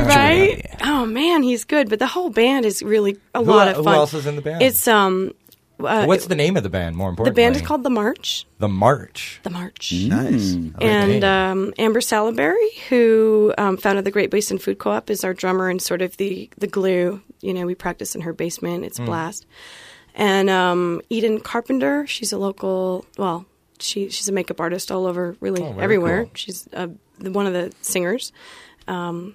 right? Oh man, he's good. But the whole band is really a lot
el-
of
who
fun.
else is in the band?
It's um. Uh,
What's the name of the band? More
the
importantly,
band is called The March.
The March.
The March.
Mm,
nice.
And
name.
um, Amber Salaberry, who um, founded the Great Basin Food Co-op, is our drummer and sort of the the glue. You know, we practice in her basement.
Mm.
It's a blast. And um, Eden Carpenter, she's a local. Well, she she's a makeup artist all over, really
Oh, very
everywhere.
cool.
She's uh, the- one of the singers. Um,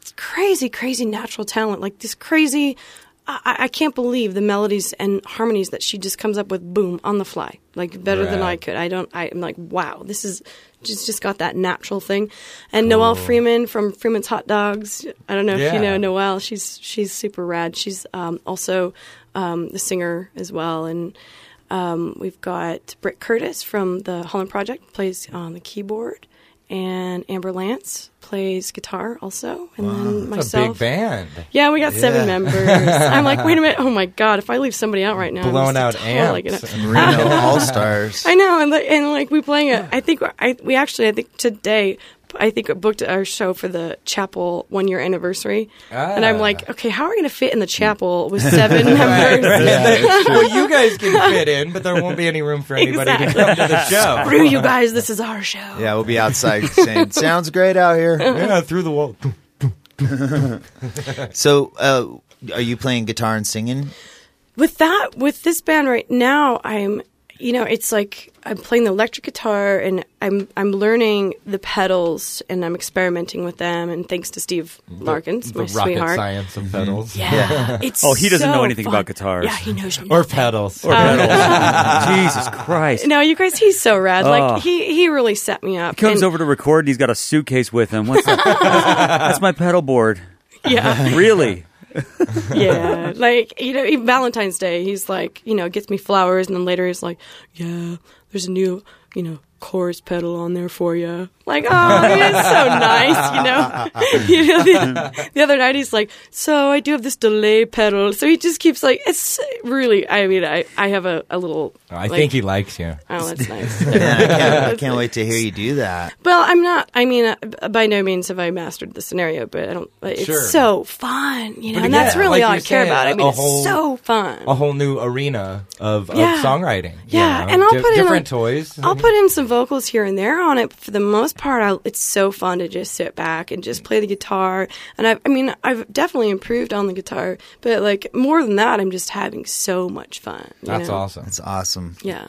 it's crazy, crazy natural talent. Like this crazy. I, I- I can't believe the melodies and harmonies that she just comes up with, boom, on the fly, like better than I
Rad.
could. I don't. I, am like, wow, this is just just got that natural thing. And Noelle Freeman from Freeman's Hot Dogs. I don't know if you
Yeah.
know Noelle. She's she's super rad. She's um, also um, the singer as well. And um, we've got Britt Curtis from the Holland Project plays on the keyboard, and Amber Lance plays guitar also, and
It's
then
a big
myself.
band.
Yeah, we got seven members. I'm like, wait a minute. Oh my god, if I leave somebody out right now, I'm
Blown
just
out
totally
amps.
gonna-
Reno All Stars.
I know, and, like- and like we playing it. I think I we actually I think today I think uh, booked our show for the chapel one year anniversary, and I'm
Ah. Hmm.
like, okay, how are we gonna fit in the chapel with seven members?
well, you guys can fit in, but there won't be any room for anybody to
Exactly.
come to the show.
Screw you guys, this is our show.
Yeah, we'll be outside saying, "Sounds great out here."
Yeah, through the wall.
So, uh, are you playing guitar and singing?
With that, with this band right now, I'm you know, it's like I'm playing the electric guitar and I'm I'm learning the pedals and I'm experimenting with them. And thanks to Steve Larkins,
the
my
rocket
sweetheart.
science of pedals.
Yeah, it's
Oh, he doesn't know
so
anything
fun.
about guitars.
Yeah, he knows
Or pedals.
Uh,
Jesus Christ.
No, you guys, he's so rad.
Oh.
Like he he really set me up.
He comes
And-
over to record and he's got a suitcase with him. What's that? That's my pedal board.
Yeah,
Really?
yeah. Like you know, even Valentine's Day, he's like, you know, gets me flowers, and then later he's like, yeah, there's a new, you know, chorus pedal on there for you. Like, oh, man, it's so nice, you know. you know, the, the other night he's like, so I do have this delay pedal. So he just keeps like, it's really. I mean, I I have a, a little.
I
like,
think he likes you.
Oh, that's nice.
Yeah, I can't, I can't wait to hear you do that.
Well, I'm not. I mean, uh, by no means have I mastered the scenario, but I don't. It's
Sure.
so fun, you know,
But
and that's
yeah,
really
like
all
you're
I care
saying,
about. I
a-
mean,
a
it's
whole-
so fun.
A whole new arena of, of
Yeah.
songwriting. you
Yeah,
know,
and I'll
di-
put in
different
a-
toys. Mm-hmm.
I'll put in some vocals here and there on it. but For the most part, I, it's so fun to just sit back and just play the guitar. And I've, I mean, I've definitely improved on the guitar, but like more than that, I'm just having so much fun. you
That's
know?
awesome.
It's awesome.
Yeah.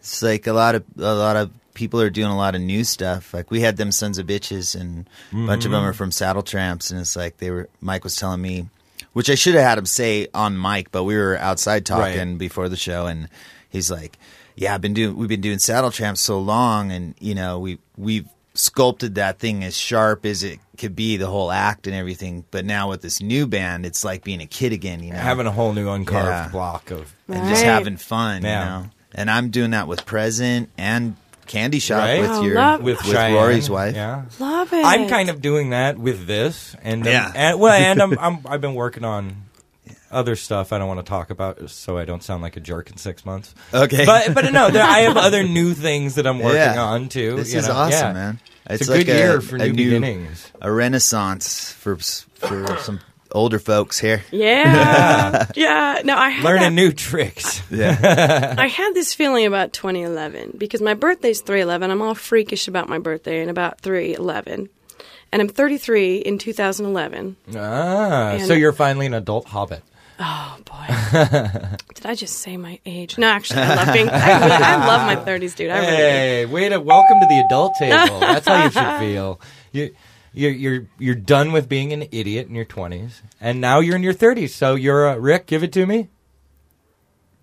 It's like a lot of a lot of people are doing a lot of new stuff. Like we had them sons of bitches, and a bunch of them are from Saddle Tramps, and it's like they were. Mike was telling me, which I should have had him say on mic, but we were outside talking before the show, and he's like, "Yeah, I've been doing. We've been doing Saddle Tramps so long, and you know we we've sculpted that thing as sharp as it could be, the whole act and everything. But now with this new band, it's like being a kid again. You know,
Having a whole new uncarved
Yeah.
block of.
and just
Right.
having fun,
Yeah.
you know. And I'm doing that with present and candy shop
Right?
with
Oh,
your
love-
with, with
Cheyenne.
Rory's wife.
Yeah.
Love it.
I'm kind of doing that with this, and um,
Yeah.
and well, and I'm, I'm I've been working on other stuff I don't want to talk about, so I don't sound like a jerk in six months.
Okay,
But but no, there, I have other new things that I'm working
Yeah.
on too.
this
you
is
know?
awesome,
Yeah.
man.
It's, a good year for new, beginnings.
a renaissance for for some older folks here.
Yeah. yeah. No, I had that-
Learning new tricks.
Yeah,
I had this feeling about 2011 because my birthday's 311. I'm all freakish about my birthday and about 311. And I'm 33 in 2011.
ah,
And-
so you're finally an adult hobbit.
Oh boy. Did I just say my age? No, actually, I love being I, really- I love my 30s, dude. I really do.
Hey, wait a welcome to the adult table. That's how you should feel. You. You're, you're you're done with being an idiot in your 20s, and now you're in your 30s. So you're uh, Rick. Give it to me.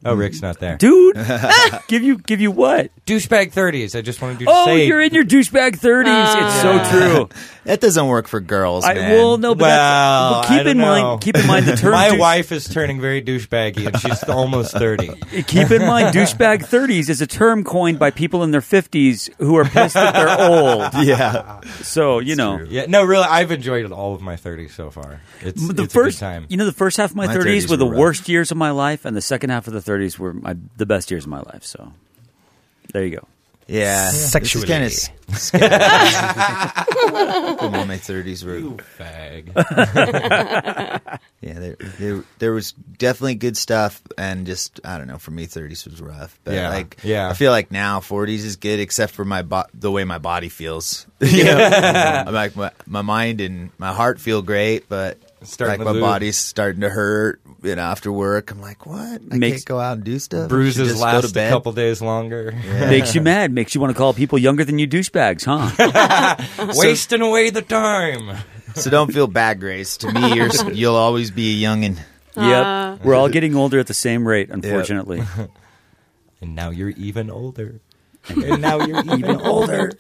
Oh, Rick's not there.
Dude, give you give you what?
douchebag 30s. I just wanted you to
Oh,
say.
you're in your douchebag 30s.
Ah.
it's so true.
that doesn't work for girls.
I
man.
well, no, but,
Well,
that's, but
I
keep
don't
in
know.
mind keep in mind the term
My
douche-
wife is turning very douchebaggy, and she's almost 30.
Keep in mind, douchebag 30s is a term coined by people in their 50s who are pissed that they're old.
yeah,
So, you know.
Yeah, no, really, I've enjoyed all of my 30s so far. It's,
The
it's
first,
a good time.
you know, the first half of my,
My
30s,
30s
were the
were rough.
worst years of my life, and the second half of the 30s were my, the best years of my life. So, there you go.
yeah.
Sexually.
kind of scary. Come on, my thirties were.
Fag.
Yeah, there, there, there was definitely good stuff, and just I don't know. For me, thirties was rough, but
Yeah,
like,
yeah.
I feel like now forties is good, except for my bo- the way my body feels. You know? Mm-hmm. I'm like my, my mind and my heart feel great, but
Starting
like
to
my
lose.
body's starting to hurt. You know, after work, I'm like, what? I
Makes-
can't go out and do stuff. I should
Bruises
just go to
last a
bed.
couple days longer.
Makes you mad. Makes you want to call people younger than you douchebags, huh?
Wasting away the time.
So don't feel bad, Grace. To me, you're, s- you'll always be a youngin.
yep. We're all getting older at the same rate, unfortunately.
And now you're even older. And now you're even older.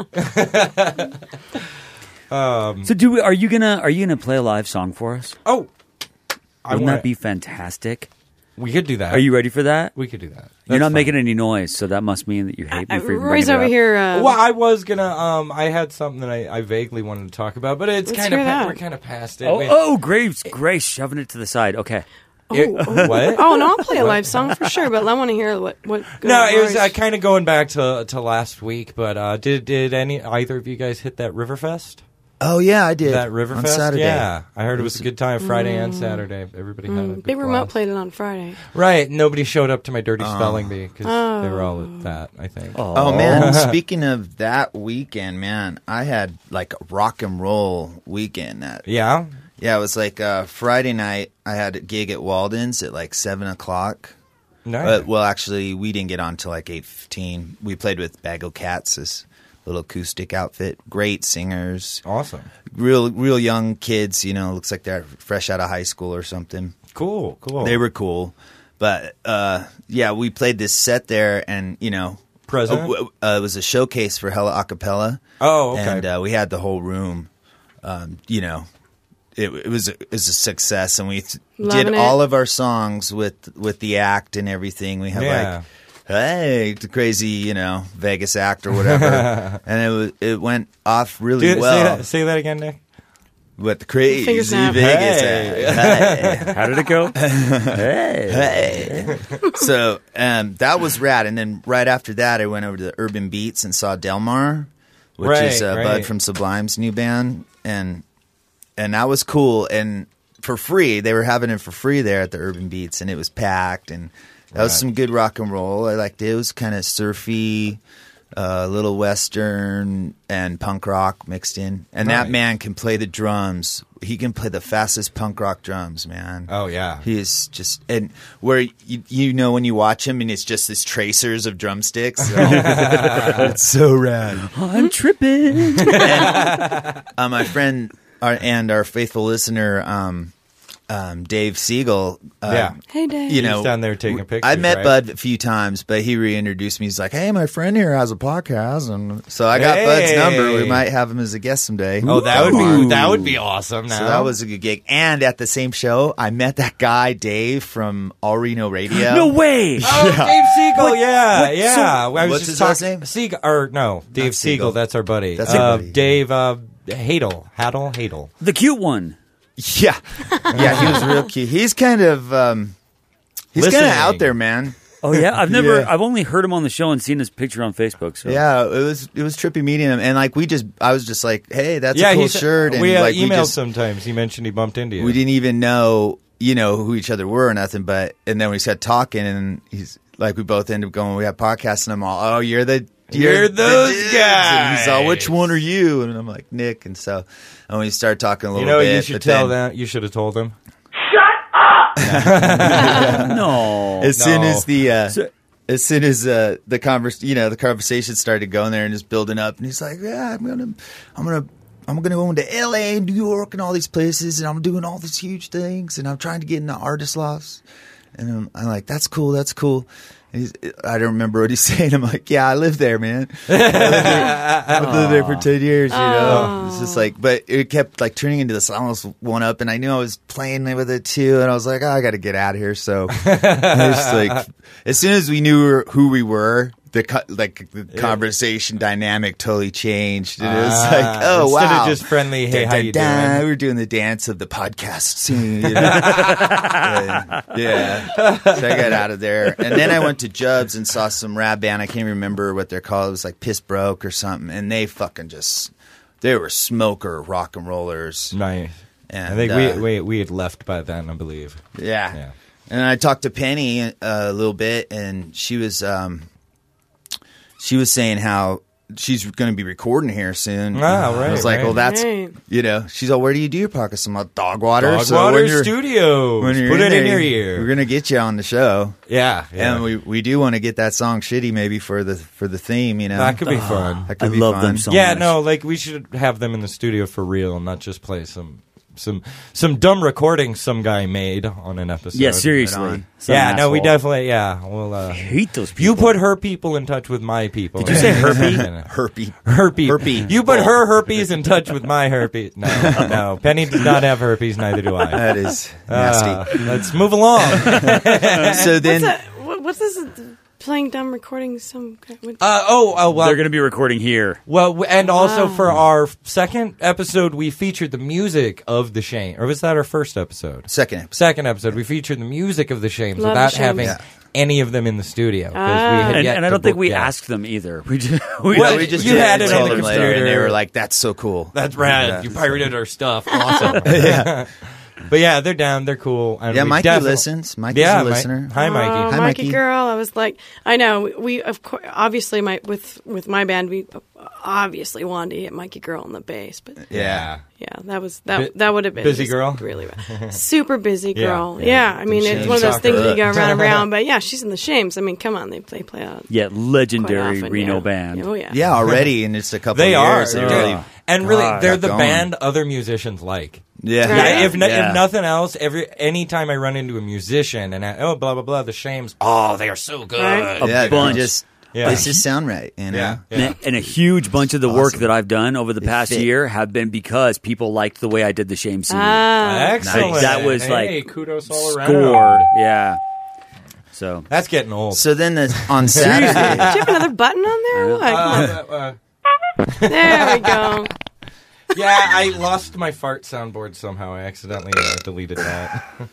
So, do we, are you gonna are you gonna play a live song for us?
Oh, I
Wouldn't
wanna-
that be fantastic?
We could do that.
Are you ready for that?
We could do that. That's
You're not
fine.
making any noise, so that must mean that you hate me
I,
for even
Uh, Roy's
bringing it
over
up.
here. Uh,
Well, I was gonna. Um, I had something that I, I vaguely wanted to talk about, but it's
Let's
kind of
hear
pa-
that.
we're kind of past it.
Oh,
We-
oh, Graves, Grace, shoving it to the side. Okay.
It- what?
oh no, I'll play a live song for sure, but I want to hear what what.
No, it was
Roy's-
uh, kind of going back to to last week. But uh, did did any either of you guys hit that Riverfest?
Oh yeah, I did
That Riverfest,
on Saturday.
yeah. I heard it was a good time Friday and Saturday. Everybody had a good
Big remote
blast.
played it on Friday.
Right, nobody showed up to my dirty spelling bee because they were all at that. I think.
Uh. Oh man, speaking of that weekend, man, I had like a rock and roll weekend that
Yeah.
yeah, it was like uh Friday night I had a gig at Walden's at like seven o'clock
Nice.
Uh, well, actually, we didn't get on till like eight fifteen. We played with Bag O' Cats, this little acoustic outfit. Great singers,
Awesome.
real real young kids. You know, looks like they're fresh out of high school or something.
Cool. Cool.
They were cool, but uh, yeah, we played this set there, and you know,
President?
uh, w- uh, it was a showcase for Hella Acapella.
Oh, okay.
and uh, we had the whole room. Um, you know, it, it was it was a success, and we th- did
Loving it.
all of our songs with with the act and everything. We had
Yeah.
like. Hey, the crazy, you know, Vegas act or whatever, and it was, it went off really
Dude, say,
well
that, say that again, Nick.
with the crazy
Finger
Vegas
snap.
act. Hey.
How did it go? hey.
Hey. so um, that was rad. And then right after that, I went over to the Urban Beats and saw Delmar, which is
Right,
uh,
right.
Bud from Sublime's new band, and and that was cool. And for free, they were having it for free there at the Urban Beats, and it was packed. And that was some good rock and roll. I liked it. It was kind of surfy. uh, little western and punk rock mixed in, and
Nice.
that man can play the drums. He can play the fastest punk rock drums, man.
Oh, yeah.
He is just and where you, you know when you watch him and it's just this tracers of drumsticks. it's so rad.
Mm-hmm.
I'm tripping.
Uh, my friend our, and our faithful listener, um, um, Dave Siegel. Uh,
yeah.
Hey, Dave.
You know,
He's down there taking pictures.
I met
right?
Bud a few times, but he reintroduced me. He's like, "Hey, my friend here has a podcast," and so I got
Hey.
Bud's number. We might have him as a guest someday.
Oh, that would be
Ooh.
that would be awesome. Now
So that was a good gig. And at the same show, I met that guy Dave from All Reno Radio.
No way.
Oh, Dave Siegel, yeah,
what-
yeah.
so-
I was
What's
just
his last
talking-
name?
Siegel, or no, Dave
Siegel.
Siegel. That's our buddy.
That's
uh,
our buddy.
Dave uh, Hadel, Hadel, Hadel.
The cute one.
Yeah, yeah, he was real cute. He's kind of um, he's kind of
Listening.
out there, man.
Oh yeah, I've never.
Yeah.
I've only heard him on the show and seen his picture on Facebook. So
Yeah, it was it was trippy meeting him, and like we just I was just like, hey, that's a cool
he's-
shirt, and
we uh,
like
emailed
we just
sometimes. He mentioned he bumped into you.
we didn't even know you know who each other were or nothing, but and then we started talking, and he's like, we both ended up going, we have podcasts, and I'm all, oh, you're the
You're those
dudes." And he's all, which
guys.
one are you? And I'm like, Nick, and so and we started talking a little
You know,
bit.
you should
but
tell
then-
them. You should have told them.
No.
as soon
No.
as the uh, as soon as uh, the convers you know the conversation started going there and just building up and he's like yeah I'm gonna I'm gonna I'm gonna go into L.A. and New York and all these places and I'm doing all these huge things and I'm trying to get into artist lofts and I'm, I'm like that's cool that's cool. And he's, I don't remember what he's saying. I'm like, yeah, I live there, man. I lived there, I lived there for ten years, you know. It's just like, but it kept like turning into this. I almost one up, and I knew I was playing with it too, and I was like, oh, I got to get out of here. So I was just like, as soon as we knew who we were, the co- like the conversation dynamic totally changed. And it was
Ah,
like, oh
instead of
wow,
just friendly, "Hey, how you doing?"
We were doing the dance of the podcast scene. You know? And, yeah, so I got out of there, and then I went to Jubs and saw some rap band. I can't remember what they're called. It was like Piss Broke or something, and they fucking just. They were smoker rock and rollers.
Nice.
And,
I think
uh,
we, we we had left by then, I believe.
Yeah.
Yeah.
And I talked to Penny uh, a little bit, and she was um, she was saying how she's going to be recording here soon.
Ah,
And I was
right,
like,
right.
well, that's
Right.
you know, she's all, where do you do your podcast? I'm like, Dog Water.
Dog
So
Water
when you're-
Studios.
when you're
Put it in your
there,
ear.
We're gonna get you on the show,
yeah, yeah.
and we, we do want to get that song "Shitty" maybe for the for the theme. You know,
that could be fun.
That
I
could be
love
fun.
them so
yeah,
much.
no, like we should have them in the studio for real, not just play some some some dumb recording some guy made on an episode.
Yeah, seriously.
on.
Some
Yeah, no, we
asshole.
definitely. Yeah, well, uh,
hate those people.
you put her people in touch with my people.
Did you say herpy?
Herpy.
Herpes.
Herpy.
You put
Oh.
her herpes in touch with my herpes. No, no. Penny does not have herpes. Neither do I.
That is
Uh,
nasty.
let's move along.
so then,
What's, that, what, what's this? uh, Playing dumb recording some. guy- what-
Uh, oh, oh, well,
They're going to be recording here.
Well, w- and also for our second episode, we featured the music of the Shane. Or was that our first episode?
second episode.
Second episode, we featured the music of the Shames
Love
without
the Shames. Ah.
having
Yeah.
any of them in the studio. 'cause we had
And,
yet
and I
to
don't think
book
we
them.
asked them either. We just, we,
Well,
No, we just
you
did
had it on
told
the
them later, and they
computer.
were like, "That's so cool."
That's rad.
Yeah.
You pirated our stuff. Awesome. But yeah, they're down. They're cool. And
Yeah,
we
Mikey
defi-
listens. Mikey's
yeah,
a
Mi-
listener.
Hi, Mikey.
Oh,
Hi,
Mikey.
Mikey.
girl. I was like, I know we of course, obviously my with with my band we obviously wanted to get Mikey girl on the bass, but
Yeah.
yeah, that was that
Bu-
that would have been
busy
just
girl?
really bad. super busy
Yeah,
girl.
yeah.
Yeah, I mean it's
Shames
one of those
suck
things
her
you go
up.
around and around, but yeah, she's in the shames. I mean, come on, they play play out.
Yeah,
quite
legendary
often,
Reno
yeah.
band.
Oh yeah,
Yeah, already, and it's a couple
They
of
are.
years.
They're
Yeah.
really- and really,
God.
they're
Got
the
going.
band other musicians like.
yeah.
Right.
Yeah, if, no,
Yeah.
if nothing else, every anytime I run into a musician and I, oh blah blah blah, the shames. Oh, they are so good.
Right.
A
yeah, they
bunch.
Just,
Yeah.
They just sound right, you know?
Yeah.
And- And a huge bunch of the work
awesome.
that I've done over the past
fit.
year have been because people liked the way I did the Shame CD.
Uh,
Ah,
Excellent.
That was,
Hey,
like,
kudos all around.
Scored. Yeah. So
That's getting old.
So then the, on Saturday,
do you have another button on there? Or what?
Uh, uh, uh,
there we go.
yeah, I lost my fart soundboard somehow. I accidentally uh, deleted that.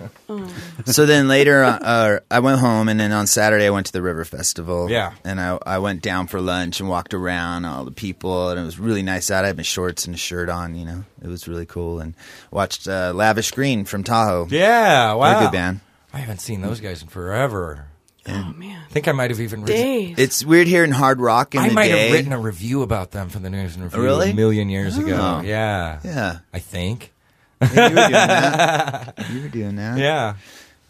so then later, uh, uh, I went home, and then on Saturday, I went to the River Festival.
Yeah.
and I, I went down for lunch and walked around all the people, and it was really nice out. I had my shorts and a shirt on, you know, it was really cool, and watched uh, Lavish Green from Tahoe.
Yeah, wow.
They're a good band.
I haven't seen those guys in forever.
Oh man,
I think I might have even written-
days.
It's weird hearing hard rock in
I
the
might
day.
have written a review about them for the News and Review
Really?
a million years ago.
Oh.
Yeah,
yeah,
I think.
you were doing that. You were doing that.
Yeah,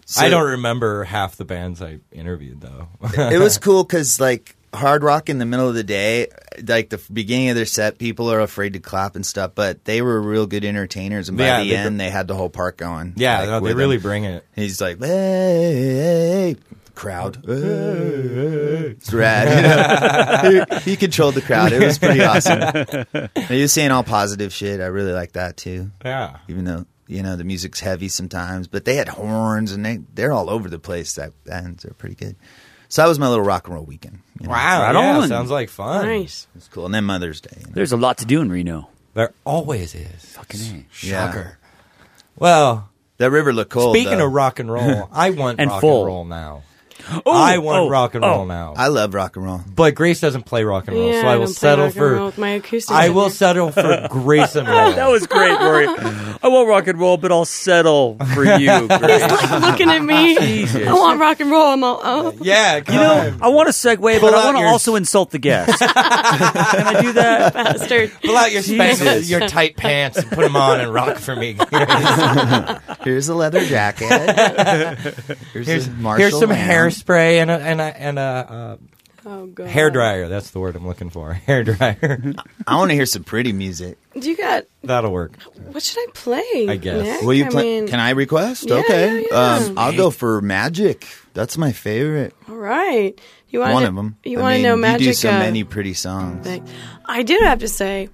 So-
I don't remember half the bands I interviewed though.
it was cool because like hard rock in the middle of the day like the beginning of their set people are afraid to clap and stuff but they were real good entertainers and by
Yeah,
the
they-
end they had the whole park going
yeah,
like,
no, they
with
really
them.
bring it.
he's like hey, hey, hey." crowd "Hey, hey." it's rad you know? he, he controlled the crowd it was pretty awesome And he was saying all positive shit i really like that too
Yeah,
even though you know the music's heavy sometimes, but they had horns and they they're all over the place. That and they're pretty good. So that was my little rock and roll weekend. you know.
wow,
Right
yeah,
on.
sounds like fun.
Nice.
It's cool. And then Mother's Day. you know.
there's a lot to do in Reno.
There always is.
Fucking A.
Yeah.
Shocker. Well,
That river looked cold.
speaking
though.
of rock and roll, I want
And
rock
full.
and roll now. I want
oh,
rock and
oh.
roll now.
I love rock and roll.
but Grace doesn't play rock and roll,
yeah,
so I will
don't play
settle
rock and roll
for
with my acoustic.
I
in
will
there.
settle for Grace and roll.
That was great, Rory. I won't rock and roll, but I'll settle for you, Grace.
looking at me. I want rock and roll. I'm all, oh,
yeah, you
I want to segue, but I
out
want to
your-
also insult the guest. Can I do that?
bastard.
Pull out your spank,
Jesus.
your tight pants and put them on and rock for me. Here's,
Here's a leather jacket. Here's, a Marshall
here's some
Lamb.
hairspray and a and a, and a
Oh, God.
uh, hair dryer. That's the word I'm looking for. Hair dryer.
I want to hear some pretty music.
Do you got,
That'll work.
what should I play?
I guess.
Nick?
Will you
I
play?
mean,
Can I request?
Yeah,
okay.
yeah, yeah.
Um, I'll go for Magic. That's my favorite.
all right. You want
One of them.
You
I
want
mean,
to know
You do
magic?
so
uh,
many pretty songs.
thing. I do have to say,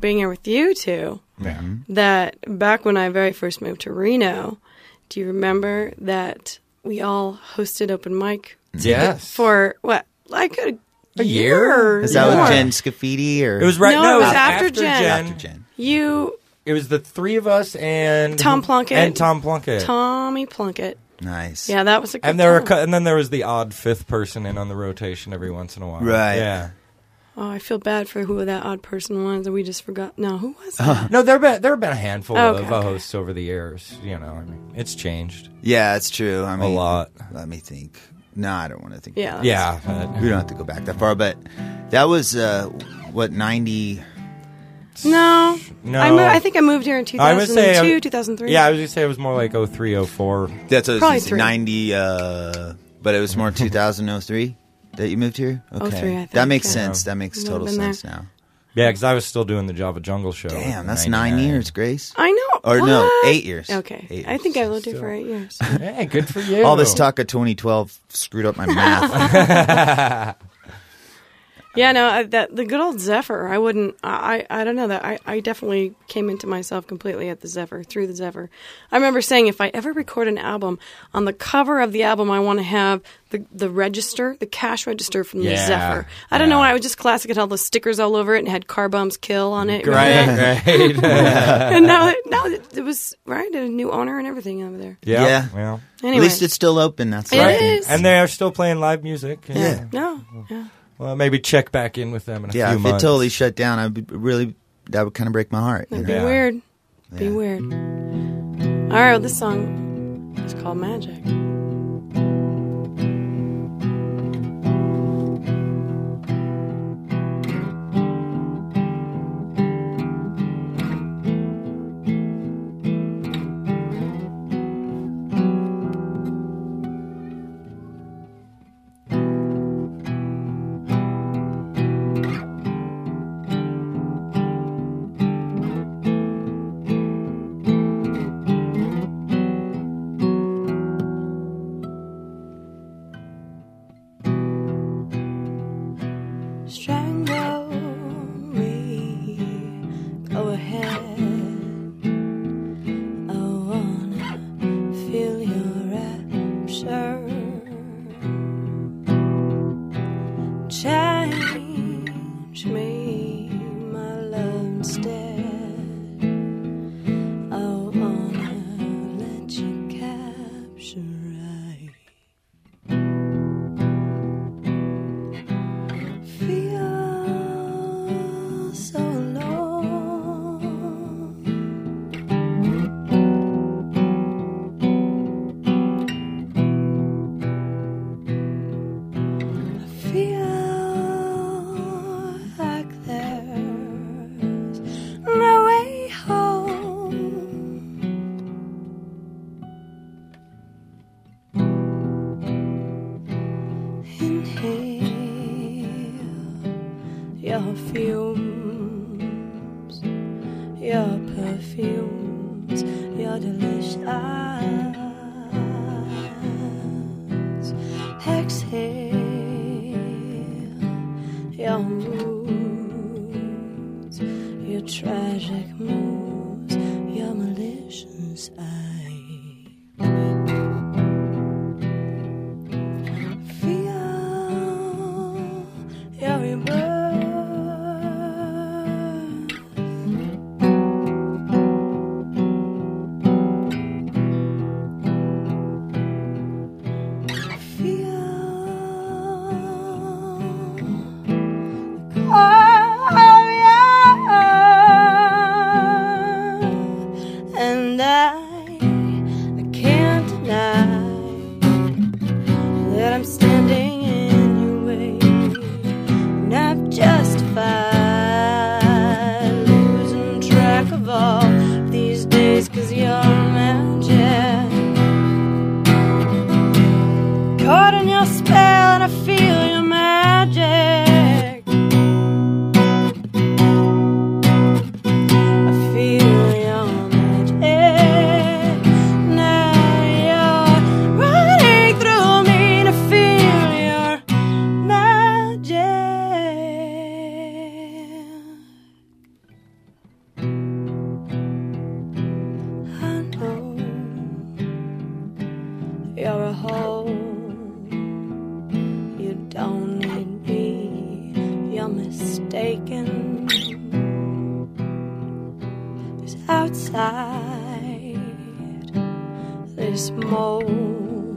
being here with you two,
Yeah.
that back when I very first moved to Reno, do you remember that we all hosted open mic
Yes.
for what, like a,
A year?
year?
Is that
more.
with Jen Scafidi or
it was right.
No,
No,
it was after Jen.
after Jen?
You,
It was the three of us and
Tom Plunkett.
and Tom Plunkett.
Tommy Plunkett.
Nice.
Yeah, that was a good
and there were,
time.
cou- and then there was the odd fifth person in on the rotation every once in a while.
Right.
Yeah.
Oh, I feel bad for who that odd person was, and we just forgot. No, who was
Uh-huh.
that?
No, there have been, there have been a handful
Okay,
of uh,
okay.
hosts over the years. You know, I mean, it's changed
Yeah, it's true. I
a
mean,
lot.
Let me think. No, I don't want to think.
yeah, that's-
Yeah.
Mm-hmm.
but-
We don't have to go back that far, but that was uh, what ninety.
No,
No.
I, mo- I think I moved here in
I would
2002,
say, uh,
2003.
Yeah, I was gonna say it was more like 03, 04.
That's what
Probably
I was gonna say,
three.
ninety. Uh, but it was more two thousand oh three that you moved here. Okay,
03, I think,
that makes
yeah.
sense. That makes
Would've
total
been
sense
there.
now.
Yeah, because I was still doing the Java Jungle show.
Damn,
in
that's nine
99.
years, Grace.
I know.
Or no,
What?
eight years.
Okay,
Eight
I
years.
think I lived here for eight years.
Hey, good for you.
All this talk of twenty twelve screwed up my math.
yeah, no, I, that the good old Zephyr. I wouldn't. I I I don't know that. I I definitely came into myself completely at the Zephyr through the Zephyr. I remember saying if I ever record an album, on the cover of the album, I want to have the the register, the cash register from
Yeah,
the Zephyr. I don't know
yeah.
why. I was just classic. It had all the stickers all over it and had car bumps kill on it. Remember that?
Right, right.
and now, it, now it, it was right a new owner and everything over there.
yeah.
Yeah.
yeah.
Anyway,
At least it's still open. That's
It
right.
is.
And they are still playing live music. and-
Yeah.
no, yeah.
Well, maybe check back in with them in a
Yeah,
few
if
months.
it totally shut down, I'd be really that would kind of break my heart. you
That'd
know?
Yeah.
be weird.
Yeah.
Be weird.
All right, well, this song is called Magic.
Strangle me. Go ahead. I wanna feel your rapture. Change me, my love, instead. I wanna let you capture right. Feel so alone. I feel like there's no way home. Inhale your fumes, your perfumes, your delicious. Exhale your moods, your tragic moves, your malicious eyes. Feel your rebirth. Feel glorious. And I, I can't deny that I'm standing in your way. And I've justified losing track of all these days, cause you're magic. Caught in your spell, and I feel your magic. I feel your magic. Now you're running through me to feel your magic. I know you're a hole. You don't need me. You're mistaken is outside this mold.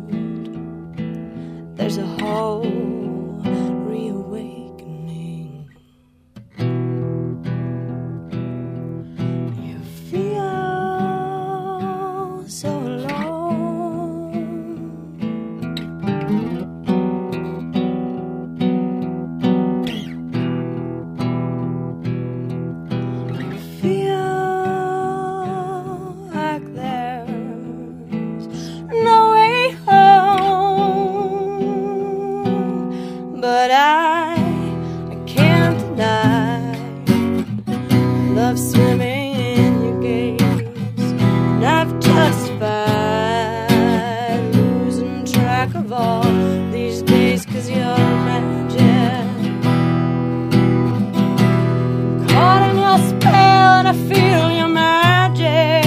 There's a whole reawakening. You feel so alone. feel like there's no way home. But I, I can't deny love swimming in your gaze. And I've justified losing track of all these days, cause you're magic caught in your spell and I feel your magic.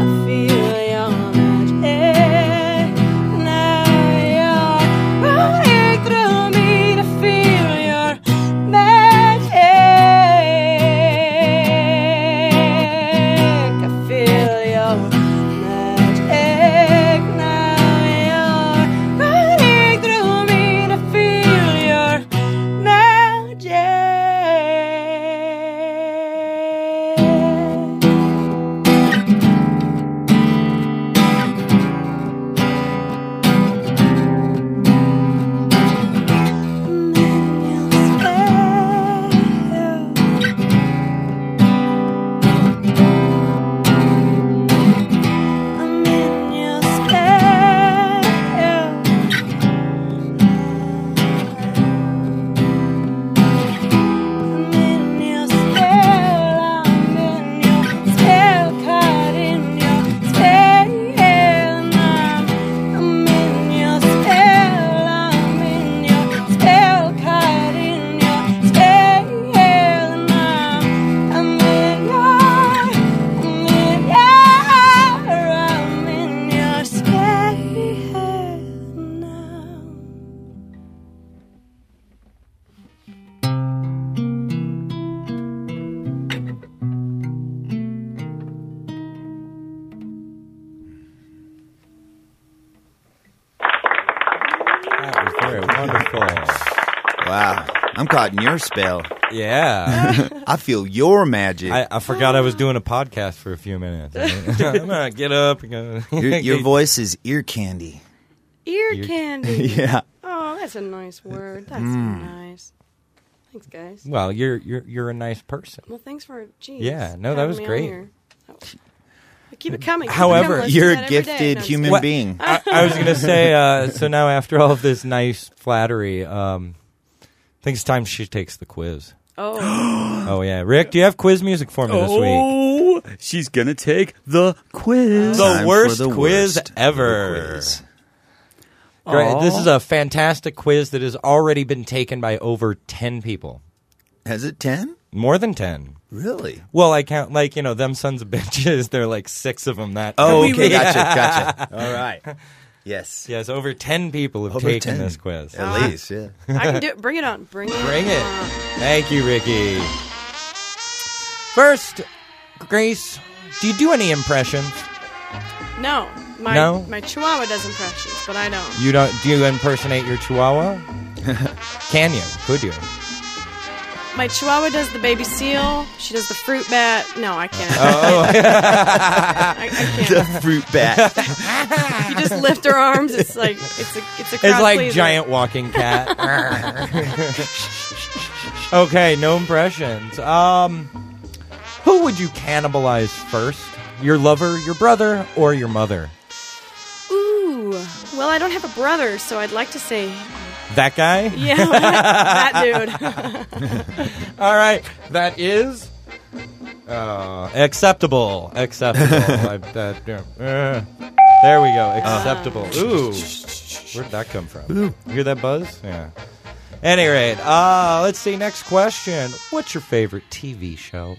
I feel your magic. Now you're running through me to feel your magic. I feel your magic now.
Very wonderful.
Wow. I'm caught in your spell.
Yeah.
I feel your magic.
I, I forgot I was doing a podcast for a few minutes. I'm gonna get up. and go-
your, your voice is ear candy.
Ear candy.
Yeah.
Oh, that's a nice word. That's nice. Thanks, guys.
Hmm. Well, you're you're you're a nice person.
Well, thanks for. Geez,
Yeah, no, that
having
was
me on
great.
here. That- Keep it coming. Keep it
However,
coming. Let's do
You're
that
a
every day.
gifted
No, I'm just
human
What-
being.
I, I was gonna say. Uh, so now, after all of this nice flattery, um, I think it's time she takes the quiz.
Oh,
Oh yeah, Rick, do you have quiz music for me this week?
Oh, she's gonna take the quiz.
Time
The
for
worst
the
quiz
worst
ever.
quiz.
Great. This
Aw.
is a fantastic quiz that has already been taken by over ten people,
Has it 10?
more than ten.
Really?
Well, I count like you know them sons of bitches. There are like six of them. That
Oh,
time.
okay. Gotcha. Gotcha. All right. Yes.
yes, Uh-huh. over ten people have
Over
taken
10.
this quiz.
At least, yeah.
I can do it. Bring it on. Bring it.
Bring it.
on.
Thank you, Ricky. First, Grace, do you do any impressions?
No, my
No?
my Chihuahua does impressions, but I don't.
You don't. Do you impersonate your Chihuahua? Can you? Could you?
My Chihuahua does the baby seal. She does the fruit bat. No, I can't.
Oh.
I, I
The
can't.
fruit bat.
You just lift her arms. It's like it's a it's a.
It's
crowd
like
pleaser.
giant walking cat. okay, no impressions. Um, who would you cannibalize first? Your lover, your brother, or your mother?
Ooh. Well, I don't have a brother, so I'd like to say
That guy.
yeah, that, that dude.
All right, that is uh, acceptable. Acceptable. I, that, yeah, uh, there we go. Acceptable.
Uh-huh.
Ooh, where'd that come from? You hear that buzz? Yeah. Any rate, uh, let's see. Next question. What's your favorite TV show,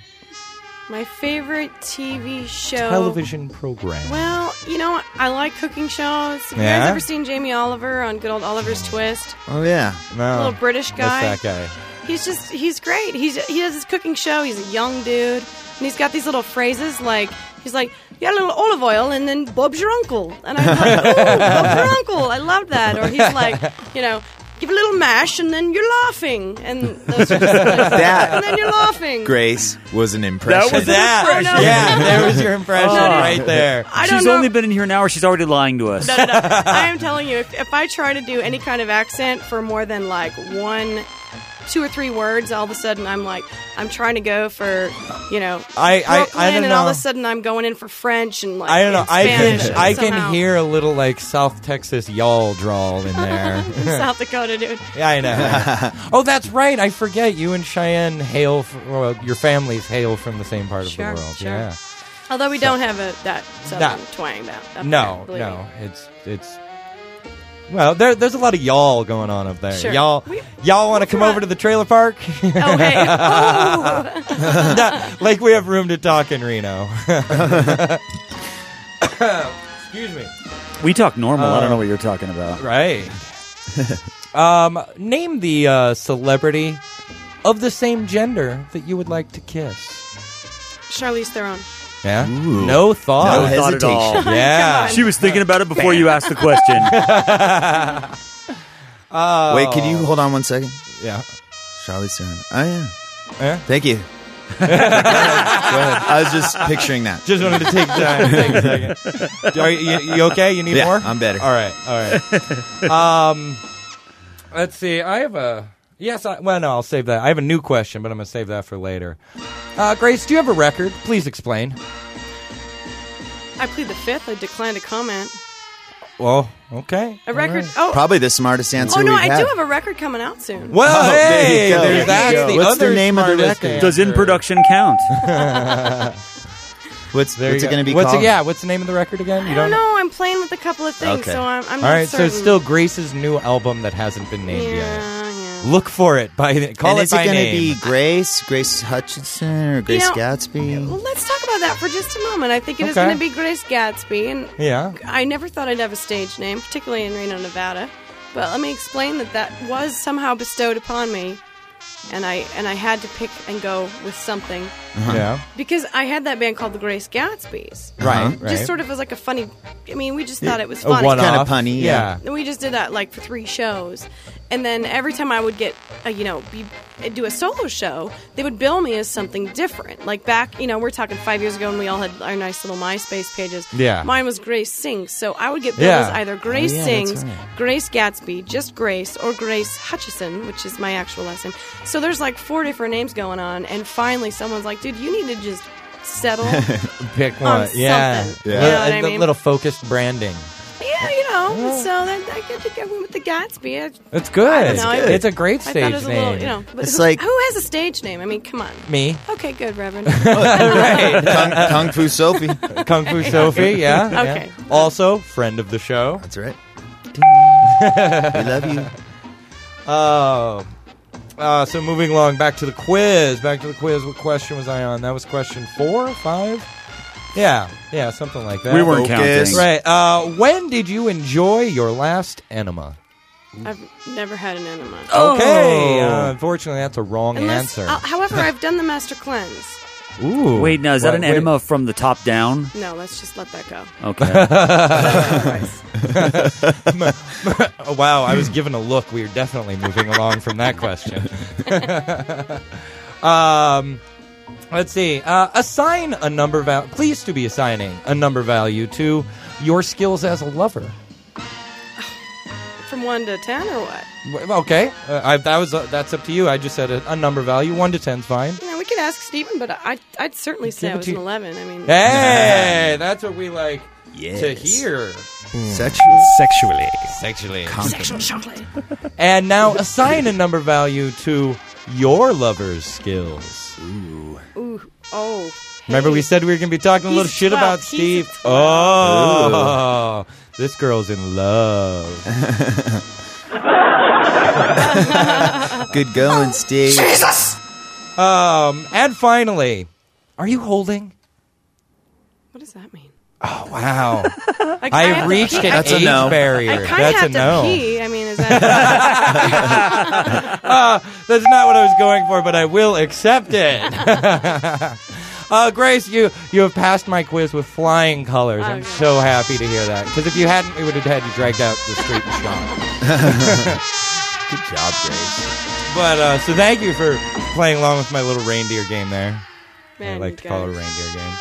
my favorite TV show.
television program?
Well, you know, I like cooking shows. Have you
Yeah?
guys ever seen Jamie Oliver on Good Old Oliver's Twist?
Oh, yeah.
no,
little British guy.
That's that guy.
He's just he's great. He's he does his cooking show. He's a young dude, and he's got these little phrases like he's like you got a little olive oil, and then Bob's your uncle, and I'm like, ooh, Bob's your uncle. I love that. Or he's like, you know. Give a little mash and then you're laughing, and those are just, and then
That,
you're laughing.
Grace, was an impression.
was
That.
impression.
Ah, Yeah, there was your impression right there.
I don't
She's
know.
only been in here an hour. She's already lying to us.
No, no, no. I am telling you, if, if I try to do any kind of accent for more than like one, two or three words, all of a sudden I'm like, I'm trying to go for, you know,
I- I- I
Brooklyn,
don't
and all of a
know.
sudden I'm going in for French and like,
I don't know.
and
I can
Spanish and
I can
somehow
hear a little like South Texas y'all drawl in there.
South Dakota, dude.
Yeah, I know. oh, that's right. I forget. You and Cheyenne hail. From, well, your families hail from the same part of
Sure,
the world.
sure.
Yeah.
Although we don't have a that southern
No.
twang down. up
No,
there, believe
no.
me.
It's it's. Well, there, there's a lot of y'all going on up there.
Sure.
Y'all,
We-
y'all want to come
not-
over to the trailer park?
Oh hey, oh,
like we have room to talk in Reno. Excuse me.
We talk normal. I don't know what you're talking about.
Right. um, name the uh, celebrity of the same gender that you would like to kiss.
Charlize Theron.
Yeah. No
No
thought.
thought at all.
hesitation.
yeah.
She was thinking about it before you asked the question.
Wait, could
Oh.
you hold on one second?
Yeah.
Charlie Theron. Oh, yeah.
Yeah?
Thank you. Go ahead. I was just picturing that.
Just wanted to take time. Take a second. Are you, you okay? You need
Yeah,
more?
I'm better.
All right. All right. um, let's see. I have a. Yes. I, well, no, I'll save that. I have a new question, but I'm going to save that for later. Uh, Grace, do you have a record? Please explain.
I plead the fifth. I declined a comment.
Well, okay.
A record. Oh,
Probably the smartest answer
oh no,
we've
I
had.
do have a record coming out soon.
Well,
Oh, there
hey,
you go.
there's
There
that's
you go.
the
What's the
other
name of the
smartest
record?
Does in
answer.
production count?
There
What's, what's
you
it
go.
going to be
what's
called?
It, yeah, what's the name of the record again?
I don't know. I'm playing with a couple of things,
Okay.
so I'm, I'm
All right,
not certain.
so it's still Grace's new album that hasn't been named yet.
Yeah, yeah.
Look for it by the, call
and
it
is it
by
gonna
name.
be Grace, Grace Hutchinson, or Grace
know-
Gatsby?
Well, let's talk about that for just a moment. I think it is
Okay.
going to be Grace Gatsby, and
yeah.
I never thought I'd have a stage name, particularly in Reno, Nevada. But let me explain that that was somehow bestowed upon me and I and I had to pick and go with something
Yeah.
because I had that band called the Grace Gatsby's.
Right. Uh-huh. Right.
Just sort of as like a funny. I mean, we just thought it was
a
funny.
one
Kinda punny, yeah.
Yeah.
And we just did that like for three shows, and then every time I would get, uh, you know, be, do a solo show, they would bill me as something different. Like back, you know, we're talking five years ago, and we all had our nice little MySpace pages.
Yeah.
mine was Grace Sings, so I would get billed
Yeah.
as either Grace
Oh, yeah, that's
Sings,
right.
Grace Gatsby, just Grace, or Grace Hutchison, which is my actual last name. So there's like four different names going on, and finally someone's like, "Dude, you need to just settle."
Pick
on
one. Yeah.
Um, something.
Little-
Yeah.
You know what I
the
mean?
little focused branding.
yeah, you know. So that I get to get one with the Gatsby. I,
That's good.
don't know, I-
It's a great
I
stage
thought it was a
name.
little, you know. But
It's
who,
like-
who has a stage name? I mean, come on.
Me,
Okay, good, Reverend.
Kung, Kung Fu Sophie.
Kung Fu Sophie. Yeah. yeah.
Okay.
Also, friend of the show.
That's right. we love you.
Oh. Uh, so moving along, back to the quiz. Back to the quiz. What question was I on? That was question four, five. Yeah, yeah, something like that.
We weren't
Focus.
counting.
right. Uh, when did you enjoy your last enema?
I've never had an enema.
Okay. Uh, unfortunately, that's a wrong
Oh. Unless,
Oh, answer.
uh, however, I've done the master cleanse.
Ooh.
Wait, now is that
Wait,
an
wait.
enema from the top down?
No, let's just let that go.
Okay.
Oh, wow, I was given a look. We are definitely moving along from that question. um, let's see. Uh, assign a number value. Please to be assigning a number value to your skills as a lover.
From one to ten or what?
W- Okay, uh, I, that was uh, that's up to you. I just said a, a number value. One to ten's fine.
You know, we could ask Stephen, but I, I'd certainly say
Give
I
it
was
to
an
you. Eh?
eleven. I mean,
Hey, that's what we like to
Yes.
hear.
Sexual.
Sexually.
Sexually.
sexual chocolate.
And now assign a number value to your lover's skills.
Ooh, oh.
Remember, we said we were going to be talking a
He's
little shit
12.
about
He's
Steve.
12.
Oh, this girl's in love.
Good going, Steve.
Um, and finally, are you holding?
What does that mean?
Wow,
Like, have
I
to
reached an
pee.
That's a
age
no.
barrier.
I kind of
That's
have
a
to
no.
pee. I mean, is that?
That's not what I was going for, but I will accept it. uh, Grace, you you have passed my quiz with flying colors. I'm
Okay.
so happy to hear that because if you hadn't, we would have had you dragged out the street and shot.
Good job, Grace.
But uh, so thank you for playing along with my little reindeer game there.
Man,
I like
you
to call it a
guys.
reindeer game.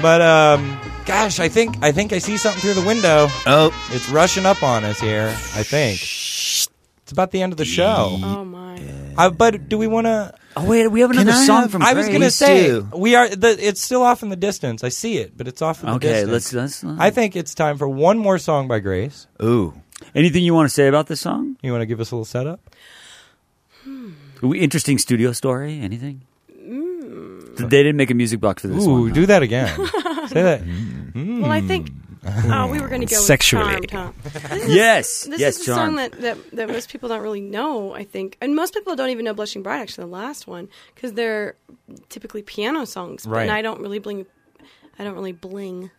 But um, gosh, I think I think I see something through the window.
Oh,
It's rushing up on us here. I think it's about the end of the show.
Oh my.
I, but do we want to?
oh wait, we have
Can
another
I
song
have-
from.
I was
Grace.
gonna say
do.
we are. The, it's still off in the distance. I see it, but it's off in the
Okay,
distance.
let's uh, let's.
I think it's time for one more song by Grace.
ooh.
Anything you want to say about this song?
You want to give us a little setup?
We- Interesting studio story? Anything?
Mm.
They didn't make a music box for this
Ooh,
one. huh? Mm-hmm.
do that again. Say that. Mm.
Well, I think. Oh, we were going to go with
Sexually.
Charm, Tom.
Yes,
This
yes,
is a
John.
song that, that, that most people don't really know, I think. And most people don't even know Blushing Bride, actually, the last one, because they're typically piano songs. But,
Right.
And I don't really bling. I don't really bling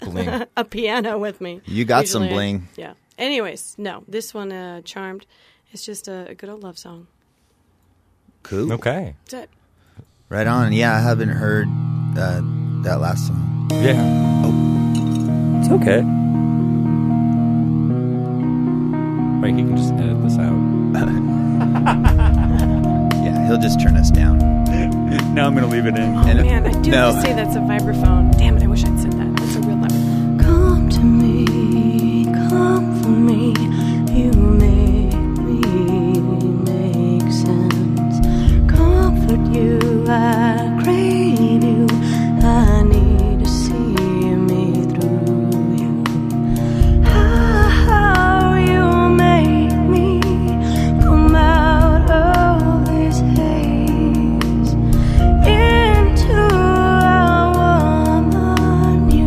Bling.
a piano with me.
You got some
Usually I-
bling.
yeah. Anyways, no, this one, uh, Charmed, is just a, a good old love song.
Cool.
Okay.
That's it.
Right on. Yeah, I haven't heard uh, that last song.
Yeah.
It's okay.
Like you can just edit this out.
Yeah, he'll just turn us down.
Now I'm gonna leave it in.
And-
Man, I do
no.
have to say that's a vibraphone. Damn it, I wish I'd said that. That's a real vibraphone.
Come to me, come for me. You make me make sense. Comfort you, I crave you. I need to see me through you. How you make me come out of this haze into a woman you.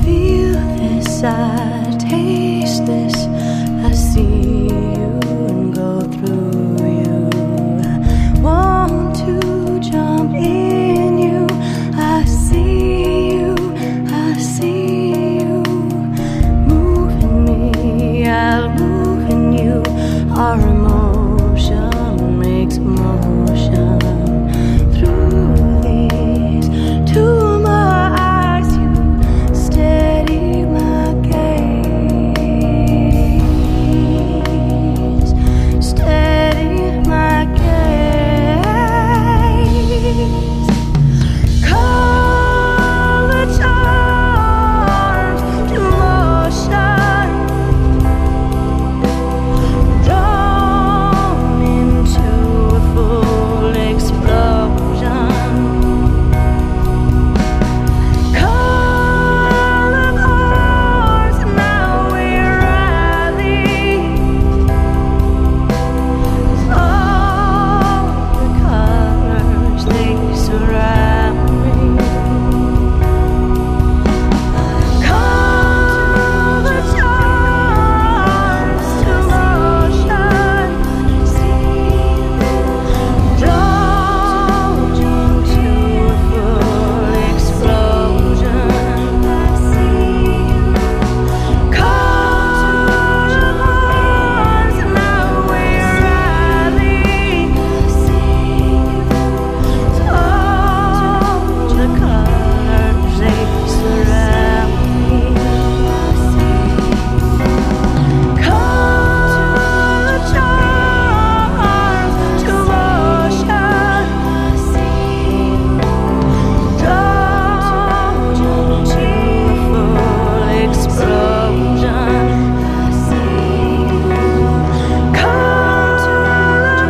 as I taste this, I see you and go through you. I want to jump in you. I see you, I see you. Moving me, I'll move in you. Our emotion makes motion through these two my eyes. You steady my gaze, steady my gaze. Call the charm to motion. Dawn into a full explosion. Call of ours, now we rally. All the colors they surround me. Call the charms to motion. Drawn into a full explosion. Call the charms, now we rally. Explosion. Come to the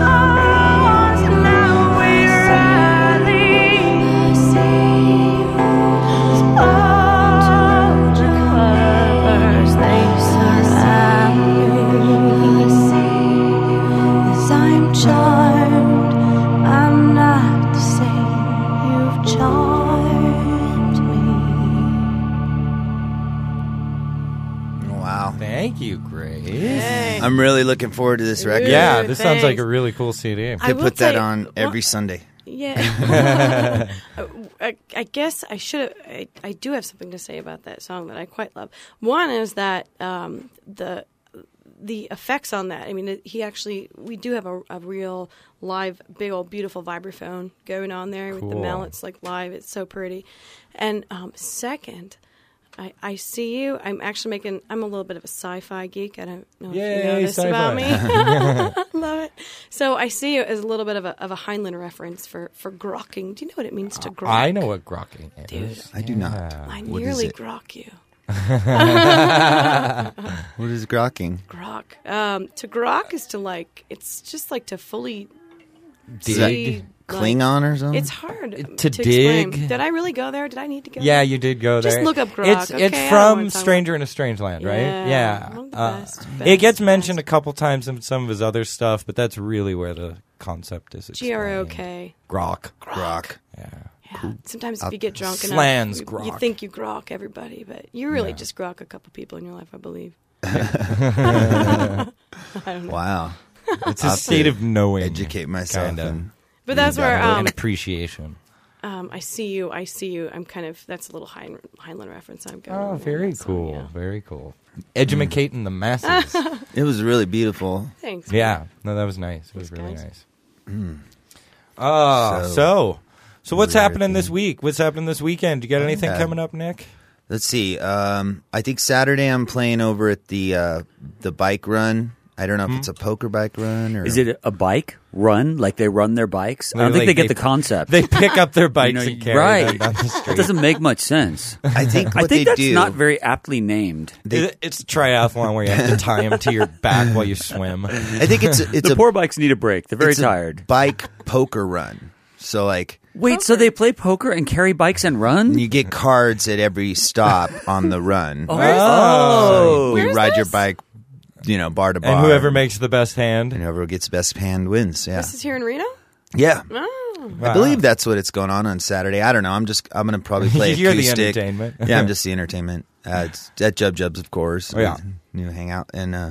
heart, now we rally. All the colors they surround me. As I'm charmed, I'm not the same. You've charmed me.
Wow.
Thank you, Grace.
I'm really looking forward to this record.
Yeah,
Dude,
this sounds like
thanks.
a really cool CD.
I
Could
will
put that
say-
on
what-
every Sunday.
Yeah. Uh, I, I guess I should. I, I do have something to say about that song that I quite love. One is that um, the the effects on that. I mean, it, he actually we do have a, a real live, big old beautiful vibraphone going on there with the
Cool.
mallets like live. It's so pretty. And um, second. I, I see you. I'm actually making. I'm a little bit of a sci-fi geek. I don't know if you know
Yay,
this about me.
sci-fi.
Love it. So I see you as a little bit of a, of a Heinlein reference for, for grokking. Do you know what it means to grok?
I know what grokking is.
I do not.
I
What is
nearly
it?
grok you.
What is grokking?
Grok. Um, to grok is to like, it's just like to fully
Is that
see. like-
Klingon or something?
It's hard to,
to
explain.
dig.
Did I really go there? Did I need to go
Yeah,
there?
you did go there.
Just look up Grok,
It's
okay? I
it's
don't
from
wanna talk
Stranger in a Strange Land, right?
Yeah,
Yeah. Uh,
among the best,
it
best,
gets mentioned
best.
a couple times in some of his other stuff, but that's really where the concept is.
G
explained.
R O K.
Grok.
grok.
Yeah.
Yeah. Sometimes if you get drunk enough,
Slans
you, you
grok.
think you grok everybody, but you really just grok a couple people in your life, I believe.
Wow.
It's a state of knowing.
Mm,
Educate myself.
Kinda.
And
But that's where um,
and appreciation.
Um, I see you. I see you. I'm kind of that's a little Hein- Heinlein reference. I'm going.
Oh,
on
very
that song,
cool.
yeah.
Very cool. Educating the masses.
it was really beautiful.
Thanks.
yeah. No, that was nice. It was really
guys.
nice. Ah,
So-
so. So what's
Weird
happening this
thing.
week? What's happening this weekend? You got anything
Okay.
coming up, Nick?
Let's see. Um, I think Saturday I'm playing over at the uh, the bike run. I don't know if it's a poker bike run or
Hmm? Is it a bike run? Like they run their bikes? I
Like-
don't think they
like
get the
they-
concept.
They pick up their bikes
You know,
and carry
right.
them down the street.
That doesn't make much sense.
I think what
I think
they
that's
do.
not very aptly named.
It- it's a triathlon where you have to tie them to your back while you swim.
I think it's a- it's
the
a
poor bikes need a break. They're very
it's a
tired.
bike poker run. So like
Wait, so they play poker and carry bikes and run?
you get cards at every stop on the run.
oh.
you ride your bike, you know, bar to bar.
Ah. And whoever makes the best hand.
and whoever gets best hand wins. Yeah,
This is here in Reno.
yeah.
Oh,
Uh,
I believe that's what it's going on on Saturday. I don't know. I'm just I'm gonna probably play
You're the
acoustic.
entertainment.
yeah, I'm just the entertainment. Uh, it's at Jub Jub's, of course.
Oh, yeah.
New hangout. And uh,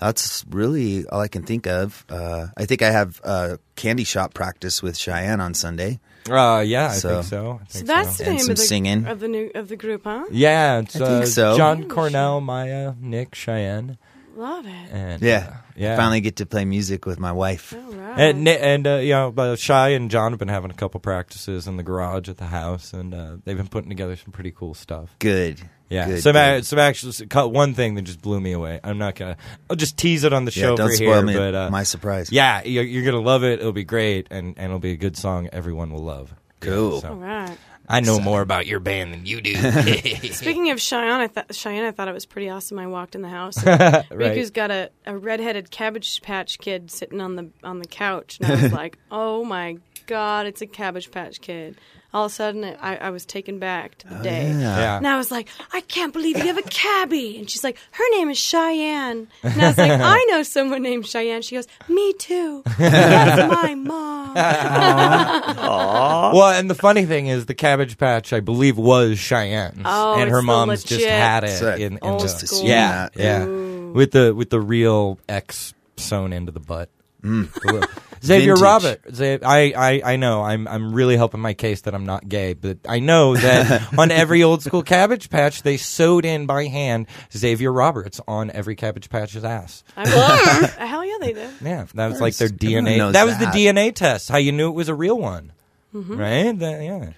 that's really all I can think of. Uh, I think I have uh, candy shop practice with Cheyenne on Sunday.
Uh, yeah, I
So-
think so. I think
So that's the
And
name
some
of the
singing.
of the new of the group, huh?
yeah, it's
I think
uh,
so.
John Cornell, Maya, Nick, Cheyenne,
Love it.
and
Yeah.
uh, yeah. Oh.
Finally get to play music with my wife.
All right.
And Ni- and uh, you know, uh, Shy and John have been having a couple practices in the garage at the house, and uh, they've been putting together some pretty cool stuff.
Good.
Yeah,
Good,
some
good.
ac- some actual s- cut one thing that just blew me away. I'm not gonna. I'll just tease it on the
Yeah,
show
don't
for
spoil
here,
me.
but uh,
my surprise.
yeah, you're, you're gonna love it. It'll be great, and and it'll be a good song everyone will love. Yeah,
Cool.
so.
All right.
I know more about your band than you do.
Speaking of Cheyenne, I thought Cheyenne, I thought it was pretty awesome. I walked in the house. and Riku's got a, a redheaded cabbage patch kid sitting on the on the couch, and I was like, "Oh my god, it's a cabbage patch kid!" All of a sudden, I, I was taken back to the day.
Oh, yeah.
And I was like, I can't believe you have a cabbie. And she's like, her name is Cheyenne. And I was like, I know someone named Cheyenne. She goes, me too. That's my mom.
Well, and the funny thing is, the Cabbage Patch, I believe, was Cheyenne's,
Oh,
and
it's
her
the
mom's just
legit
had it
Sick.
in, in
Old
the,
Just school.
assume
yeah,
that.
yeah, with the with the real X sewn into the butt. The real- Xavier
Mm. Vintage.
Robert, Xav- I, I, I know I'm I'm really helping my case that I'm not gay, but I know that on every old school Cabbage Patch they sewed in by hand Xavier Roberts on every Cabbage Patch's ass.
I love her. "Oh, Hell yeah, they do.
Yeah, that was like their
course. Everyone
DNA.
knows
That was
that.
the DNA test. How you knew it was a real one,
Mm-hmm.
right? That- yeah.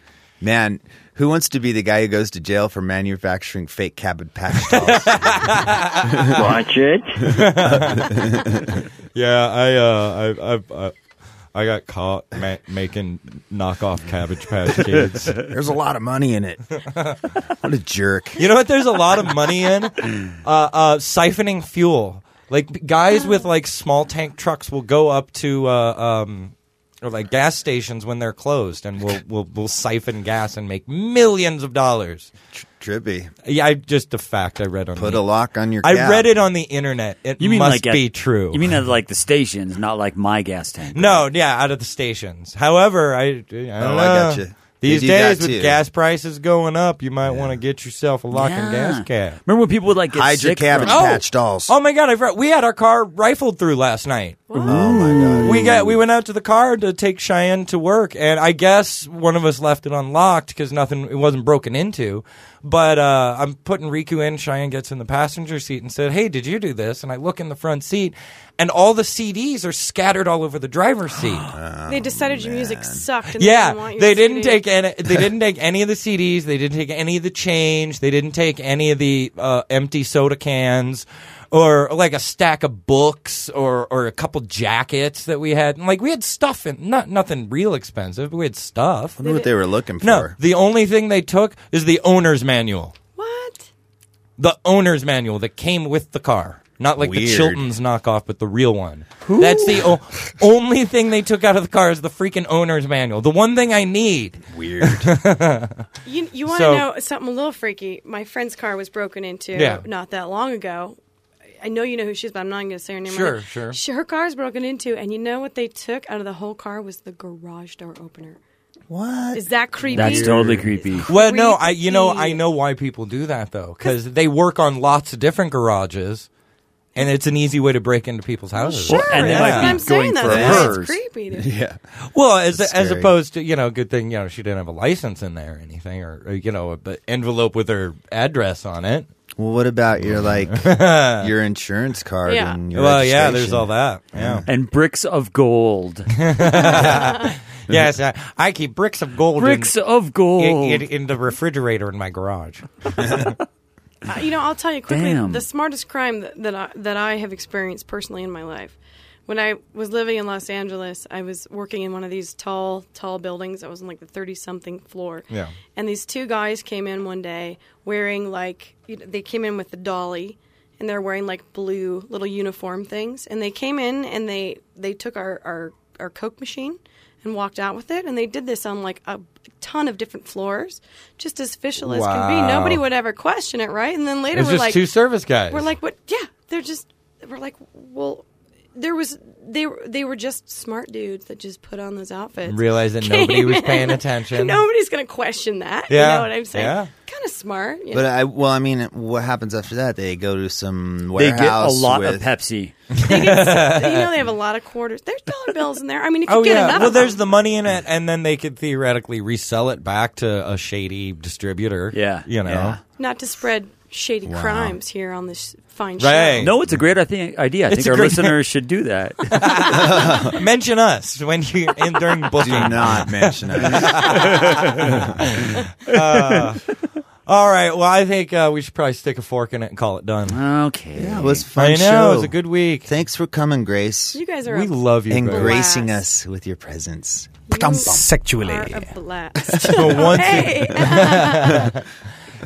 Man, who wants to be the guy who goes to jail for manufacturing fake cabbage patch dolls?
Watch it.
Yeah, I uh, I I've, uh, I got caught ma- making knockoff Cabbage Patch Kids.
There's a lot of money in it. What a jerk.
you know what? There's a lot of money in uh, uh, siphoning fuel. Like guys with like small tank trucks will go up to. Uh, um, or like gas stations when they're closed, and we'll we'll, we'll siphon gas and make millions of dollars.
Trippy.
Yeah, I, just a fact I read on.
Put
the,
a lock on your
I
cab.
read it on the internet. It must
at-
be true.
You mean at like the stations, not like my gas tank?
No, yeah, out of the stations. However, I, I don't
Oh,
know.
I gotcha.
These
They do that
days with
too.
gas prices going up, you might want to get yourself a lock and gas cab.
Remember when people would like get
Hide your
sick from-
cabbage
Oh.
patch dolls.
Oh my god, I forgot. We had our car rifled through last night.
Oh my god.
We got we went out to the car to take Cheyenne to work, and I guess one of us left it unlocked because nothing it wasn't broken into. But uh, I'm putting Riku in. Cheyenne gets in the passenger seat and said, "Hey, did you do this?" And I look in the front seat, and all the CDs are scattered all over the driver's seat.
Oh,
They decided your music sucked. And they didn't
Yeah,
want your
they didn't
CD.
take any. They didn't take any of the CDs. They didn't take any of the change. They didn't take any of the uh, empty soda cans, or like a stack of books, or or a couple jackets that we had. And, like we had stuff and not nothing real expensive, but we had stuff.
I wonder what they were looking for.
No, the only thing they took is the owner's manual.
What?
The owner's manual that came with the car. Not like the
Weird.
Chilton's knockoff, but the real one. That's the o- only thing they took out of the car is the freaking owner's manual. The one thing I need.
Weird.
You, you want to
So-
know something a little freaky? My friend's car was broken into
Yeah.
not that long ago. I know you know who she is, but I'm not going to say her name.
Sure,
right now.
sure.
She, her car's broken into, and you know what they took out of the whole car was the garage door opener.
What?
Is that creepy?
That's totally creepy.
Well, no, I you know
Creepy.
I know why people do that though, because they work on lots of different garages, and it's an easy way to break into people's houses.
Well, Oh, and they
That's
might
what
be
I'm saying.
going
That's
for
why it's
hers.
creepy. dude.
Yeah.
Well, as
That's
as
scary.
opposed to you know, good thing you know she didn't have a license in there or anything, or, or you know, a b- envelope with her address on it.
Well, what about your like your insurance card
Yeah.
and your
well, yeah, there's
registration?
all that. Yeah,
And bricks of gold.
yes, I, I keep bricks of gold. in-
bricks of gold.
In, in, in the refrigerator in my garage.
Uh, you know, I'll tell you quickly.
Damn.
The smartest crime that, that I that I have experienced personally in my life. When I was living in Los Angeles, I was working in one of these tall, tall buildings. I was on like the thirty-something floor.
Yeah.
And these two guys came in one day wearing like you know, they came in with the dolly, and they're wearing like blue little uniform things. And they came in and they they took our our our Coke machine and walked out with it. And they did this on like a ton of different floors, just as official as can
Wow.
be. Nobody would ever question it, right? And then later
It's
we're
just
like,
two service guys.
we're like, what? Yeah, they're just, we're like, well, there was they were they were just smart dudes that just put on those outfits.
realized that nobody was paying attention.
Nobody's gonna question that.
Yeah,
You know what I'm saying?
yeah.
Kind of of smart. you
But
know.
I well, I mean, what happens after that? They go to some
They get a
warehouse.
lot of
with-
Pepsi.
They get s- you know they have a lot of quarters. There's dollar bills in there. I mean, if you
Oh
get
yeah.
enough,
Well,
of them.
there's the money in it, and then they could theoretically resell it back to a shady distributor.
Yeah.
You know.
Yeah.
not to spread shady
Wow.
crimes here on this fine
Right.
No, it's a great I think, idea. I
It's
think
a
our
great-
listeners should do that.
Mention us when you're in during
Do
booking.
not mention it.
All right. Well, I think uh, we should probably stick a fork in it and call it done.
Okay.
yeah, it was a fun.
I know
show.
it was a good week.
Thanks for coming, Grace,
show. You guys are
We
a,
love you,
and
Greg.
gracing
Blast.
us with your presence.
you
Sexually.
are a blast.
For once,
hey,
uh,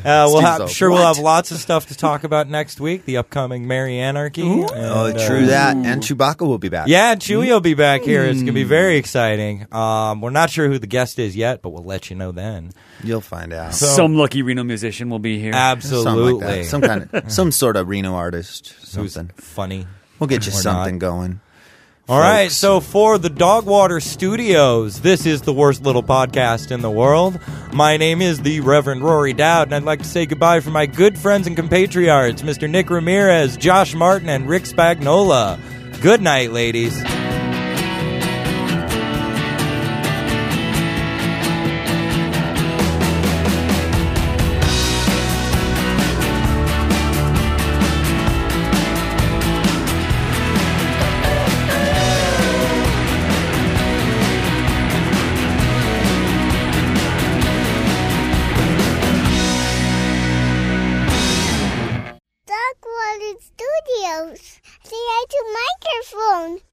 we'll
Steve's
have,
like,
sure we'll
"What?"
have lots of stuff to talk about next week. The upcoming Merry Anarchy. and,
Oh,
uh,
true that. And Chewbacca will be back.
Yeah, Chewie will be back here. It's going to be
Hmm.
very exciting. Um, we're not sure who the guest is yet, but we'll let you know then.
you'll find out.
Some lucky Reno musician will be here.
Something like
Absolutely.
that. Some kind of some sort of Reno artist.
Who's
Something.
funny.
We'll get you
Or not.
something going.
All right,
folks.
so for the Dogwater Studios, this is the worst little podcast in the world. My name is the Reverend Rory Dowd, and I'd like to say goodbye for my good friends and compatriots, Mr. Nick Ramirez, Josh Martin, and Rick Spagnola. Good night, ladies.
Dark Water Studios. See, I do microphone.